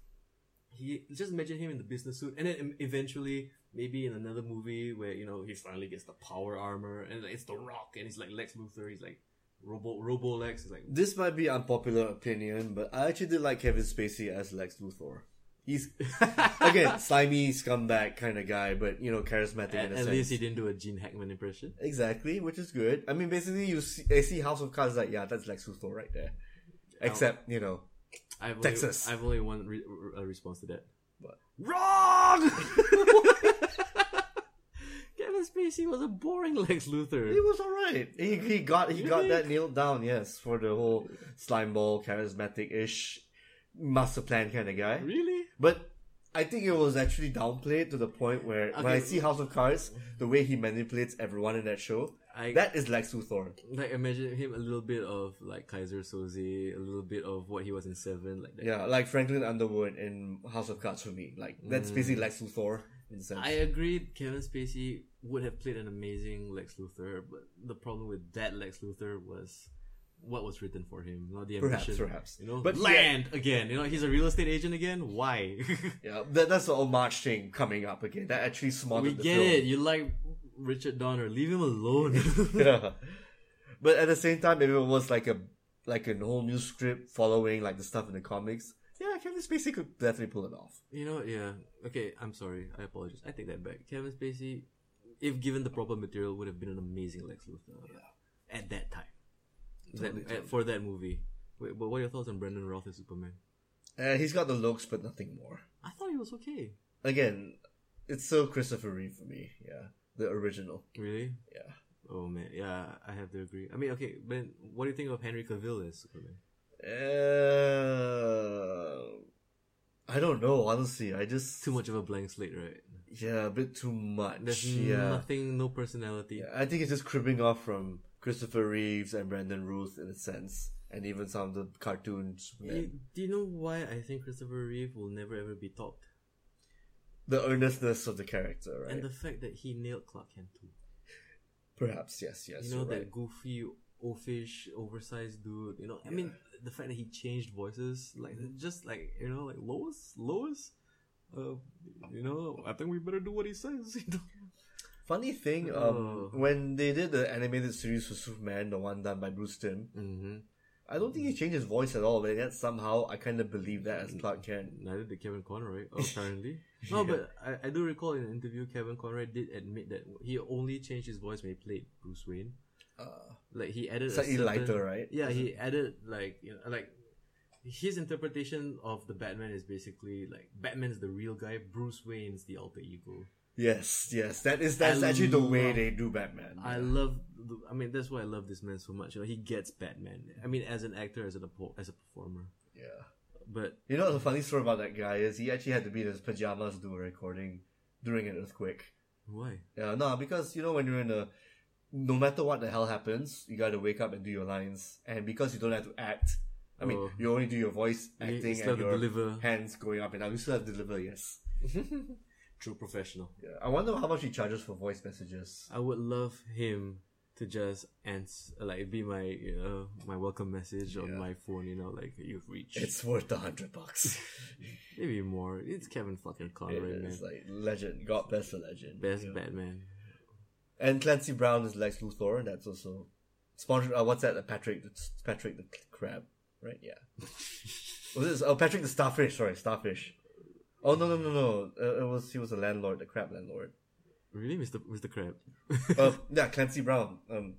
he just imagine him in the business suit, and then em- eventually maybe in another movie where you know he finally gets the power armor, and it's the Rock, and he's like Lex Luthor. He's like. Robo Robo Lex is like
This might be unpopular opinion, but I actually did like Kevin Spacey as Lex Luthor. He's again slimy scumbag kind of guy, but you know
At,
charismatic in
at
a sense.
least he didn't do a Gene Hackman impression.
Exactly, which is good. I mean, basically, you see, I see House of Cards like, yeah, that's Lex Luthor right there.
Oh.
Except, you know,
I've only,
Texas.
I've only one re- re- uh, response to that.
What?
Wrong. Kevin Spacey was a boring Lex Luthor.
he was alright. He, he got he got that nailed down. Yes, for the whole slime ball, charismatic ish, master plan kind of guy.
Really?
But I think it was actually downplayed to the point where when
Okay.
I see House of Cards, the way he manipulates everyone in that show,
I
that is Lex Luthor.
like imagine him a little bit of like Kaiser Soze, a little bit of what he was in Seven, like that.
Yeah, like Franklin Underwood in House of Cards for me. Like that's basically Lex Luthor. in a sense.
Mm. I agree Kevin Spacey would have played an amazing Lex Luthor, but the problem with that Lex Luthor was what was written for him, not the
Perhaps,
ambition.
perhaps.
You know,
But
but
he-
land again. You know, he's a real estate agent again. Why?
yeah, that, that's the homage thing coming up again. That actually
we
smothered the
get
film.
it. You like Richard Donner. Leave him alone.
yeah. But at the same time, if it was like a like a whole new script following like the stuff in the comics, yeah, Kevin Spacey could definitely pull it off.
you know, yeah. Okay, I'm sorry. I apologize. I take that back. Kevin Spacey, if given the proper material, would have been an amazing Lex Luthor at that time. That-
Totally,
at-
totally.
for that movie. Wait, but what are your thoughts on Brandon Roth as Superman?
Uh, he's got the looks, but nothing more.
I thought he was okay.
Again, it's still Christopher Reeve for me. Yeah, the original.
Really?
Yeah.
Oh man, yeah, I have to agree. I mean, okay, but what do you think of Henry Cavill as Superman?
Uh, I don't know. Honestly, I just
Too much of a blank slate, right?
Yeah, a bit too much.
There's
yeah.
nothing, no personality.
Yeah, I think it's just cribbing off from Christopher Reeves and Brandon Ruth in a sense, and even some of the cartoons.
You- do you know why I think Christopher Reeve will never ever be topped?
the earnestness of the character, right?
And the fact that he nailed Clark Kent too.
Perhaps, yes, yes.
you know
you're
that
right.
goofy, oafish, oversized dude. You know, I mean, the fact that he changed voices, like
Mm-hmm.
just like you know, like Lois, Lois. Uh, you know, I think we better do what he says. You know?
funny thing. Um,
Oh.
when they did the animated series for Superman, the one done by Bruce Timm,
mm-hmm.
I don't think he changed his voice at all. But yet somehow I kind of believe that
Mm.
as Clark Kent.
Neither did Kevin Conroy, apparently. No, but I, I do recall in an interview Kevin Conroy did admit that he only changed his voice when he played Bruce Wayne.
Uh,
Like he added a
Slightly
certain-
lighter, right?
Yeah, he
Mm-hmm.
added like you know like his interpretation of the Batman is basically like Batman's the real guy, Bruce Wayne's the alter ego.
yes, yes. That is that's
I
actually the way
love-
they do Batman.
I
yeah.
love. the- I mean, that's why I love this man so much. You know, he gets Batman. I mean, as an actor, as a as a performer,
yeah.
but
You know the funny story about that guy is he actually had to be in his pajamas do a recording during an earthquake.
why?
Yeah, no, because you know when you're in a no matter what the hell happens, you gotta wake up and do your lines. And because you don't have to act, I mean
Oh.
you only do your voice
You- you
acting
still
and
have to
your
deliver.
hands going up and down. You still have to deliver, yes.
True professional.
Yeah. I wonder how much he charges for voice messages.
I would love him to just ans like be my you know, my welcome message on
Yeah.
my phone. You know, like you've reached
It's worth the hundred bucks.
maybe more. It's Kevin fucking Conroy, man.
it's like legend. God bless the legend.
Best
Yeah.
Batman.
And Clancy Brown is Lex Luthor, and that's also sponsored. Uh, what's that? Uh, Patrick, it's Patrick the Crab, right? Yeah. was this? Oh, Patrick the Starfish. Sorry, Starfish. Oh no no no no! Uh, it was he was a landlord, the crab landlord.
Really, Mister Mister Crab
Uh, yeah, Clancy Brown. Um,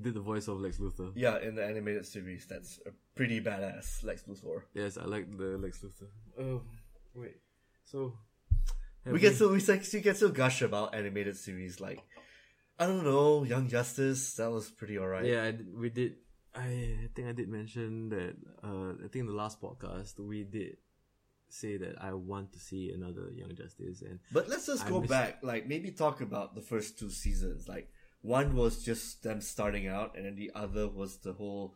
did the voice of Lex Luthor.
yeah, in the animated series, that's a pretty badass Lex Luthor.
Yes, I like the Lex Luthor. Oh wait, so have
Um, We can still we can still- can still gush about animated series like I don't know, Young Justice. That was pretty alright.
Yeah, I did- we did. I think I did mention that. Uh, I think in the last podcast we did say that I want to see another Young Justice, and
But let's just
I
go
miss-
back, like maybe talk about the first two seasons. Like one was just them starting out, and then the other was the whole,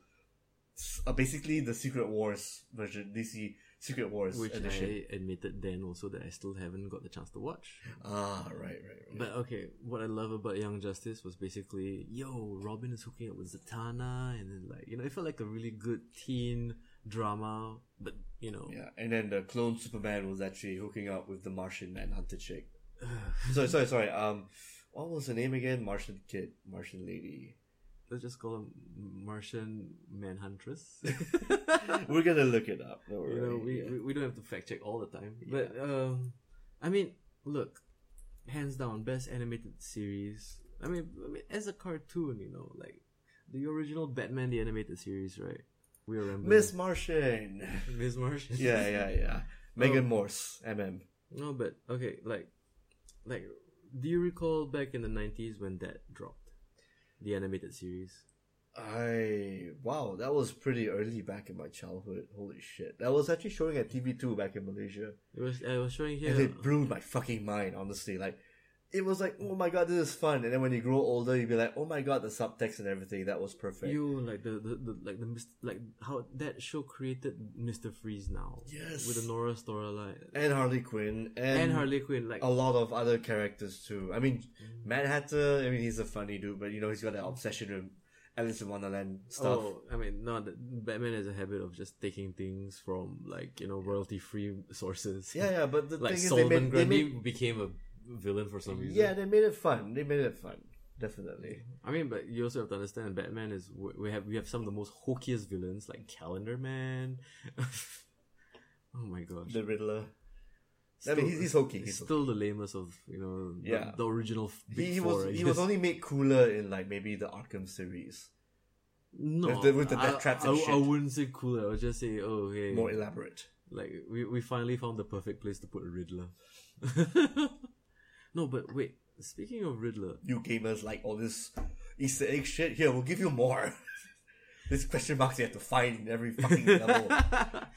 uh, basically the Secret Wars version, DC Secret Wars
which
edition.
I admitted then also that I still haven't got the chance to watch.
Ah, right, right, right.
But okay, what I love about Young Justice was basically, yo, Robin is hooking up with Zatanna, and then like you know, it felt like a really good teen drama. But you know,
Yeah, and then the clone Superman was actually hooking up with the Martian Manhunter chick. sorry, sorry, sorry. Um, what was the name again? Martian kid, Martian lady.
let's just call him Martian Manhuntress.
We're gonna look it up. Don't worry.
you know, we,
Yeah.
we, we don't have to fact check all the time. But um, I mean, look, hands down, best animated series. I mean, I mean, as a cartoon, you know, like the original Batman the animated series, right? We remember
Miss Martian.
Miss Martian.
yeah, yeah, yeah.
Oh.
Megan Morse, MM.
No, but okay, like, like, do you recall back in the nineties when that dropped, the animated series?
I wow, that was pretty early back in my childhood. Holy shit, that was actually showing at TV two back in Malaysia,
It was I was showing here.
and it blew my fucking mind. Honestly, like it was like, oh my god, this is fun. And then when you grow older, you'd be like, oh my god, the subtext and everything that was perfect.
You like the, the, the like the mis- like how that show created Mister Freeze now.
Yes.
With the Nora storyline
and Harley Quinn and,
and, Harley Mm. Quinn like
a lot of other characters too. I mean, Mad Hatter. I mean, he's a funny dude, but you know, he's got that obsession with Alice in Wonderland stuff.
oh I mean no the- Batman has a habit of just taking things from like you know royalty free sources.
Yeah, yeah. But the
Like
thing is, they
Solomon
made, they
Grundy
made
became a villain for some reason.
yeah, they made it fun. They made it fun. Definitely.
I mean, but you also have to understand Batman is we we have we have some of the most hokiest villains like Calendar Man. oh my gosh!
The Riddler. I
Still-
mean, he's, he's hokey. He's hokey.
still the lamest of you know the-
Yeah.
the, original f- big
He, he
four.
was
I
he was
guess.
only made cooler in like maybe the Arkham series,
no
with the- with the death
I-
traps
I,
and
I
shit.
wouldn't say cooler. I would just say oh hey,
more elaborate.
like we we finally found the perfect place to put a Riddler. no, but wait. Speaking of Riddler,
You gamers like all this Easter egg shit. Here, we'll give you more. this question marks you have to find in every fucking level.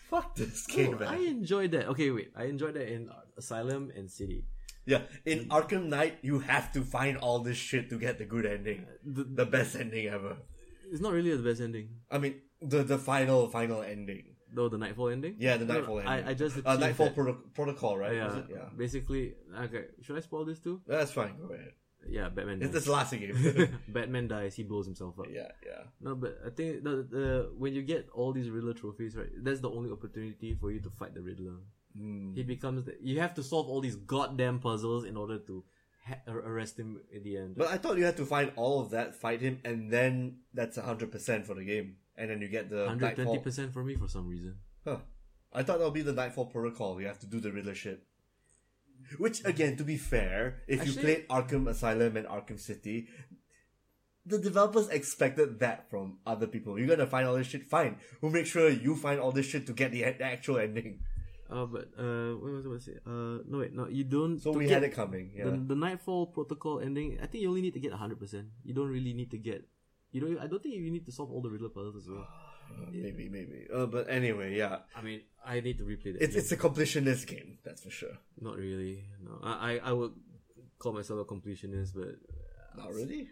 Fuck this game,
oh,
man.
I enjoyed that. Okay, wait. I enjoyed that in Asylum and City.
Yeah, in Arkham Knight, you have to find all this shit to get the good ending,
Uh, The,
the best ending ever.
it's not really the best ending.
I mean, the the final final ending.
Though Oh, the Nightfall ending?
Yeah, the
No,
Nightfall ending.
I, I just
uh,
achieved
Nightfall
that.
Proto- Protocol, right? Was
yeah,
it? yeah.
basically. Okay, should I spoil this too?
That's fine. Go ahead.
Yeah, Batman.
It's
Dies.
this last game.
Batman dies. He blows himself up.
yeah, yeah.
No, but I think the, the when you get all these Riddler trophies, right? That's the only opportunity for you to fight the Riddler.
Hmm.
He becomes. The, you have to solve all these goddamn puzzles in order to ha- ar- arrest him in the end.
But I thought you had to find all of that, fight him, and then that's hundred percent for the game, and then you get the
Hundred twenty
uh, Nightfall.
percent for me for some reason.
Huh. I thought that would be the Nightfall Protocol. You have to do the Riddler shit. Which, again, to be fair, if you
Actually-
played Arkham Asylum and Arkham City, the developers expected that from other people. You're gonna find all this shit, fine. We'll make sure you find all this shit to get the, e-, the actual ending.
Uh, but uh, what was I going to say? Uh, no wait, no, you don't.
So
to
we
get-
had it coming, yeah.
the, the nightfall protocol ending i think you only need to get 100% you don't really need to get you don't i don't think you need to solve all the riddler puzzles as well
maybe, maybe. Uh, but anyway, yeah.
Uh, i mean i need to replay that
It's,
game.
it's a completionist game, that's for sure.
not really no I, I i would call myself a completionist but
Not really?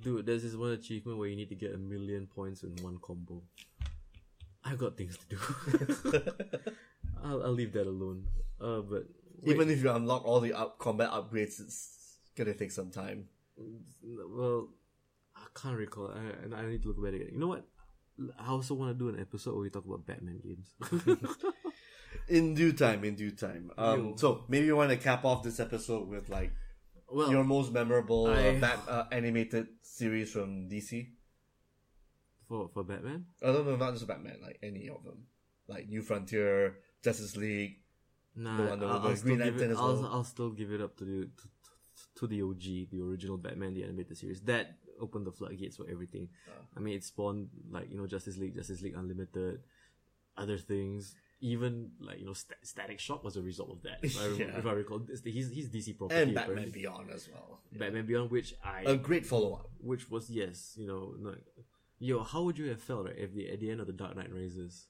dude there's this one achievement where you need to get a million points in one combo i got things to do I'll, I'll leave that alone uh but wait,
Even if you unlock all the up combat upgrades, it's gonna take some time.
well i can't recall I, and I need to look back at it you know what i also want to do an episode where we talk about batman games
In due time, in due time. Um,
You-
so maybe you want to cap off this episode with like
Well,
your most memorable uh,
Oh. I-
bat, uh, animated series from DC.
for for Batman,
Oh no, no, not just Batman. Like any of them, like New Frontier, Justice League.
nah,
Wonder
I'll,
Woman,
I'll still
Green
give it.
Lantern as
I'll,
well.
I'll still give it up to the to, to the OG, the original Batman, the animated series. That opened the floodgates for everything.
Oh.
I mean, it spawned like you know Justice League, Justice League Unlimited, other things. Even like you know, Sta- Static Shock was a result of that. If I, rem-
Yeah.
if I recall, It's- he's he's DC property.
And Batman
apparently.
Beyond as well.
Batman Mm-hmm. Beyond, which I
A great follow up.
which was yes, you know, like, yo, how would you have felt right if the at the end of the Dark Knight Rises,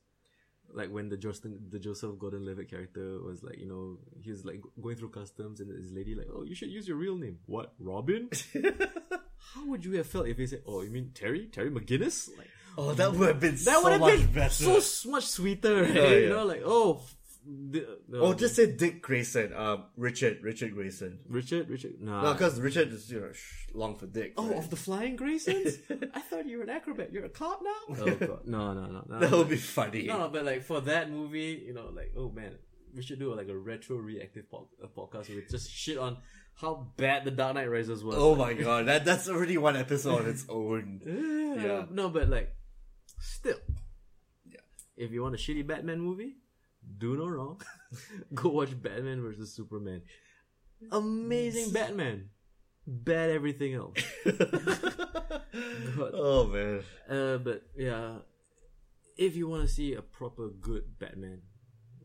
like when the Justin, the Joseph Gordon-Levitt character was like, you know, he was like going through customs and his lady like, oh, you should use your real name. What, Robin? how would you have felt if he said, oh, you mean Terry, Terry McGinnis? Like
Oh, that would have been
that
so
would have
much
been
better.
so s- much sweeter, right?
Yeah, yeah.
You know, like oh, f- the, no,
Oh, just say Dick Grayson. Um, Richard, Richard Grayson.
Richard, Richard, nah.
No, because Richard is you know sh- long for Dick.
Ah. Oh,
right?
of the flying Graysons? I thought you were an acrobat. You're a cop now? Oh, God. No, no, no. no
that would be funny.
No, no, but like for that movie, you know, like oh man, we should do like a retro reactive pod- uh, podcast with just shit on how bad the Dark Knight Rises was.
Oh my god, that that's already one episode on its own.
yeah.
Yeah.
No, but like, still, yeah. If you want a shitty Batman movie, do no wrong. Go watch Batman versus Superman. Amazing Batman. Bad everything else. God.
Oh man.
Uh, but yeah, if you want to see a proper good Batman,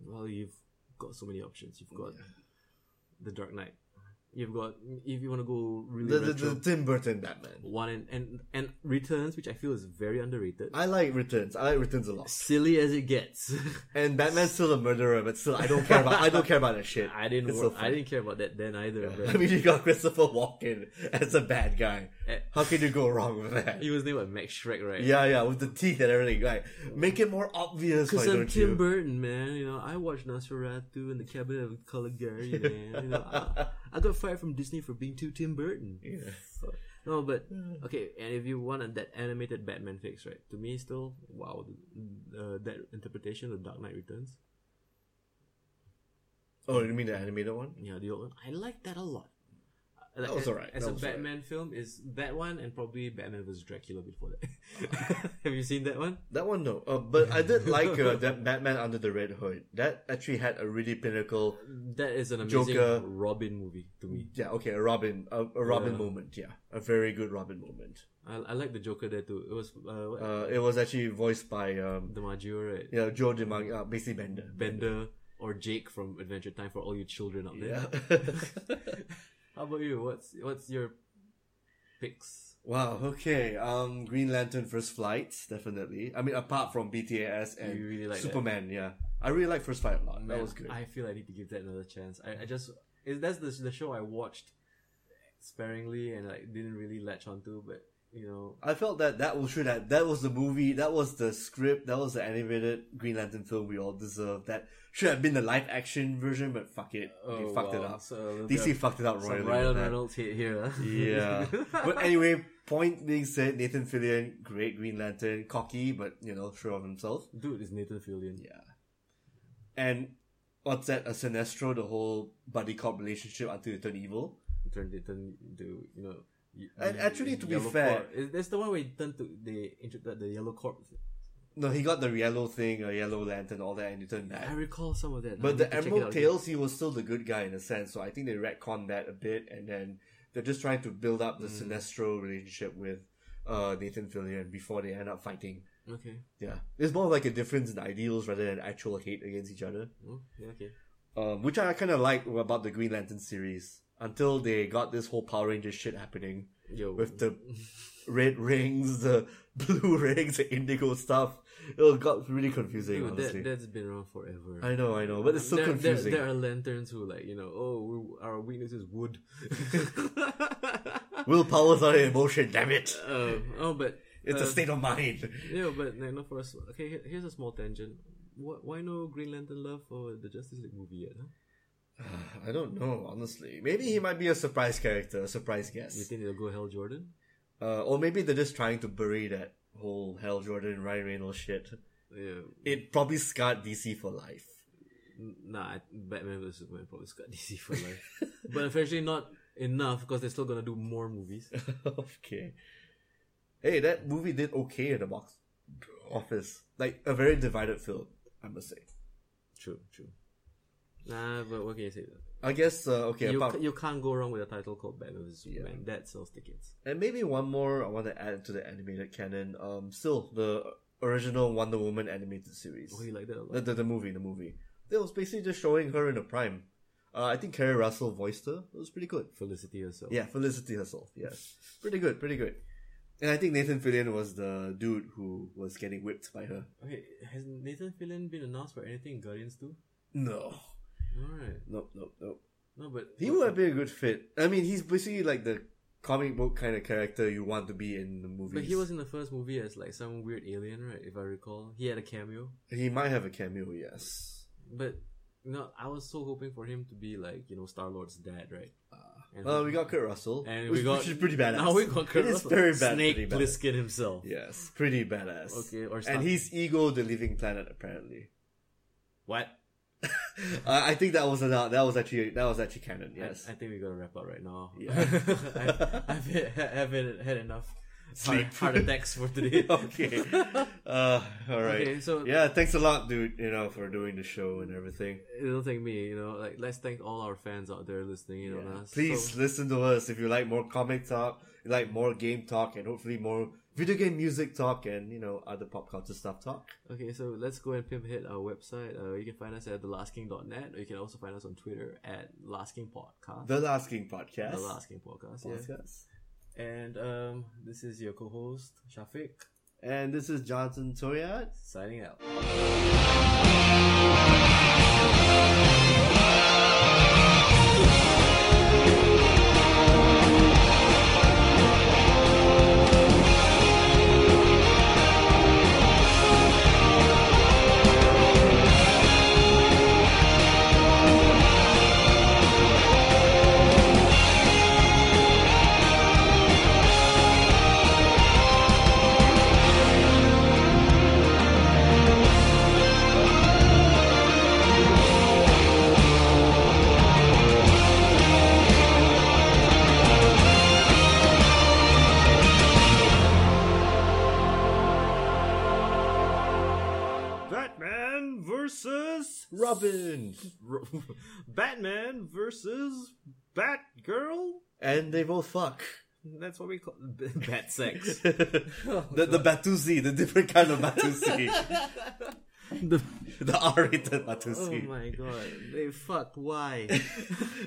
well, you've got so many options. You've got the Dark Knight, You've got if you want to go really
The, the,
retro,
the Tim Burton Batman.
one and, and and returns, which I feel is very underrated.
I like Returns. I like Returns a lot.
Silly as it gets.
And Batman's still a murderer, but still, I don't care about. I don't care about that shit.
I didn't
It's
wor-
so
I
fun.
didn't care about that then either.
I
But
mean, you got Christopher Walken as a bad guy.
Eh.
How can you go wrong with that?
he was named like Max Shrek, right?
Yeah, yeah, with the teeth and everything. Like, make it more obvious. Why
Because I'm
don't
Tim
you?
Burton, man. You know, I watched Nosferatu and the Cabinet of Caligari, man. You know, I, I got fired from Disney for being too Tim Burton.
Yeah.
So- no, but
Hmm.
okay. And if you want a, that animated Batman fix, right? To me, still wow, uh, that interpretation of Dark Knight Returns.
Oh, you mean the animated one?
Yeah, the old one. I like that a lot. Uh, Like,
That was
a-
alright,
As
that
a
was alright.
Batman film, is that one and probably Batman vs Dracula before that. Have you seen that one?
That one, no. Uh, but I did like uh, that Batman Under the Red Hood. That actually had a really pinnacle.
That is an amazing
Joker.
Robin movie to me.
Yeah, okay, a Robin, a, a Robin
Yeah.
moment. Yeah, a very good Robin moment.
I, I like the Joker there too. It was uh, what,
Uh, it was actually voiced by um,
DiMaggio, right?
yeah Joe DiMaggio, uh, basically Bender.
Bender or Jake from Adventure Time for all you children out there.
Yeah.
How about you? What's what's your picks?
wow. Okay. Um, Green Lantern First Flight, definitely. I mean, apart from BTS and
You really like that.
Superman, yeah, I really like First Flight a lot.
Man,
that was good.
I feel I need to give that another chance. I, I just is that's the the show I watched sparingly and like didn't really latch onto, but you know,
I felt that that was true. That that was the movie. That was the script. That was the animated Green Lantern film we all deserve. That should have been the live action version, but fuck it, they Oh, fucked it
wow.
up.
So
DC fucked it up royally.
Oh, some
with
Ryan
that.
Reynolds hit here. huh?
Yeah. but anyway, point being said, Nathan Fillion, great Green Lantern, cocky but you know sure of himself.
dude is Nathan Fillion.
Yeah. And what's that? A Sinestro, the whole buddy cop relationship until you turn evil.
Turned it turned into you know. y-
And actually, to be
Yellow
fair-
Corp. Is- that's the one where he turned to they introduced the Yellow Corp.
No, he got the yellow thing, a yellow lantern, all that, and he turned bad.
I recall some of that. I
But
need to
the
check it out
Emerald
again.
Tales, he was still the good guy in a sense. So I think they retconned that a bit, and then they're just trying to build up the
Mm.
Sinestro relationship with uh, Nathan Fillion before they end up fighting.
Okay.
Yeah, it's more like a difference in ideals rather than actual hate against each other,
Oh, yeah, okay.
um, which I kind of like about the Green Lantern series until they got this whole Power Rangers shit happening
Yo.
with the red rings, the blue rings, the indigo stuff. It got really confusing,
Dude,
honestly.
that, that's been around forever.
I know, I know, but it's so
there, there-
confusing.
There, are lanterns who like you know, oh, we our weakness is wood.
Willpower's not an emotion, damn it.
um, oh, but
It's
uh,
a state of mind.
Yeah, but like, not for us. Okay, here- here's a small tangent. Wh- Why no Green Lantern love for the Justice League movie yet? Huh?
I don't know, honestly. Maybe he might be a surprise character, a surprise
You
guest.
think they'll go Hell Jordan?
Uh, or maybe they're just trying to bury that whole Hell Jordan, Ryan Reynolds shit.
Yeah,
It probably scarred DC for life.
N- nah. I- Batman vs Superman probably got DC for life, but unfortunately not enough because they're still gonna do more movies.
okay. Hey, that movie did okay in the box office. Like, a very divided film, I must say.
True, true. Nah, but what can you say?
I guess, uh, okay,
you,
apart
ca- you can't go wrong with a title called Batman vs
Yeah.
Superman. That sells tickets.
And maybe one more I want to add to the animated canon. Um, still the original Wonder Woman animated series,
Oh, you like that a lot.
the, the the movie, the movie. That was basically just showing her in a prime. Uh, I think Carrie Russell voiced her. It was pretty good.
Felicity herself.
Yeah, Felicity herself. Yes, pretty good, pretty good. And I think Nathan Fillion was the dude who was getting whipped by her.
Okay, has Nathan Fillion been announced for anything in Guardians 2?
No,
Alright.
nope, nope, nope.
No, but
He would have been a good fit. I mean, he's basically like the comic book kind of character you want to be in the movies.
But he was in the first movie as like some weird alien, right? If I recall, he had a cameo.
He might have a cameo. Yes.
But no, I was so hoping for him to be like you know Star Lord's dad, right? And
Ah. Well, Uh, we got Kurt Russell,
and
which,
we got
which is pretty badass.
Now we got Kurt
It is
Russell.
very bad,
Snake
pretty badass.
Plissken himself.
Yes, pretty badass.
Okay, or
and
Star-
he's Ego, the Living Planet, apparently.
what?
I, I think that was an, that was actually that was actually canon. Yes,
I, I think we gotta wrap up right now.
Yeah.
I've, I've, had- haven't had enough. Heart, heart attacks for today.
okay. Uh, all right.
Okay, so-
yeah, thanks a lot, dude. You know, for doing the show and everything.
It'll thank me, you know. Like, let's thank all our fans out there listening in on us.
Please
So-
listen to us if you like more comic talk, you like more game talk, and hopefully more video game music talk, and you know other pop culture stuff talk.
okay, so let's go and pimp hit our website. Uh, you can find us at thelastking.net, or you can also find us on Twitter at lastking_podcast.
The Last King podcast.
The Last King Podcast, yeah.
podcast.
And um, this is your co-host Shafiq
And this is Johnson Toyat.
signing out.
Batman versus Robin.
Batman versus Batgirl.
And they both fuck.
That's what we call bat sex.
the the Batusi, the different kind of Batusi.
The-
the R rated
oh
Batusi.
my god, they fuck. Why?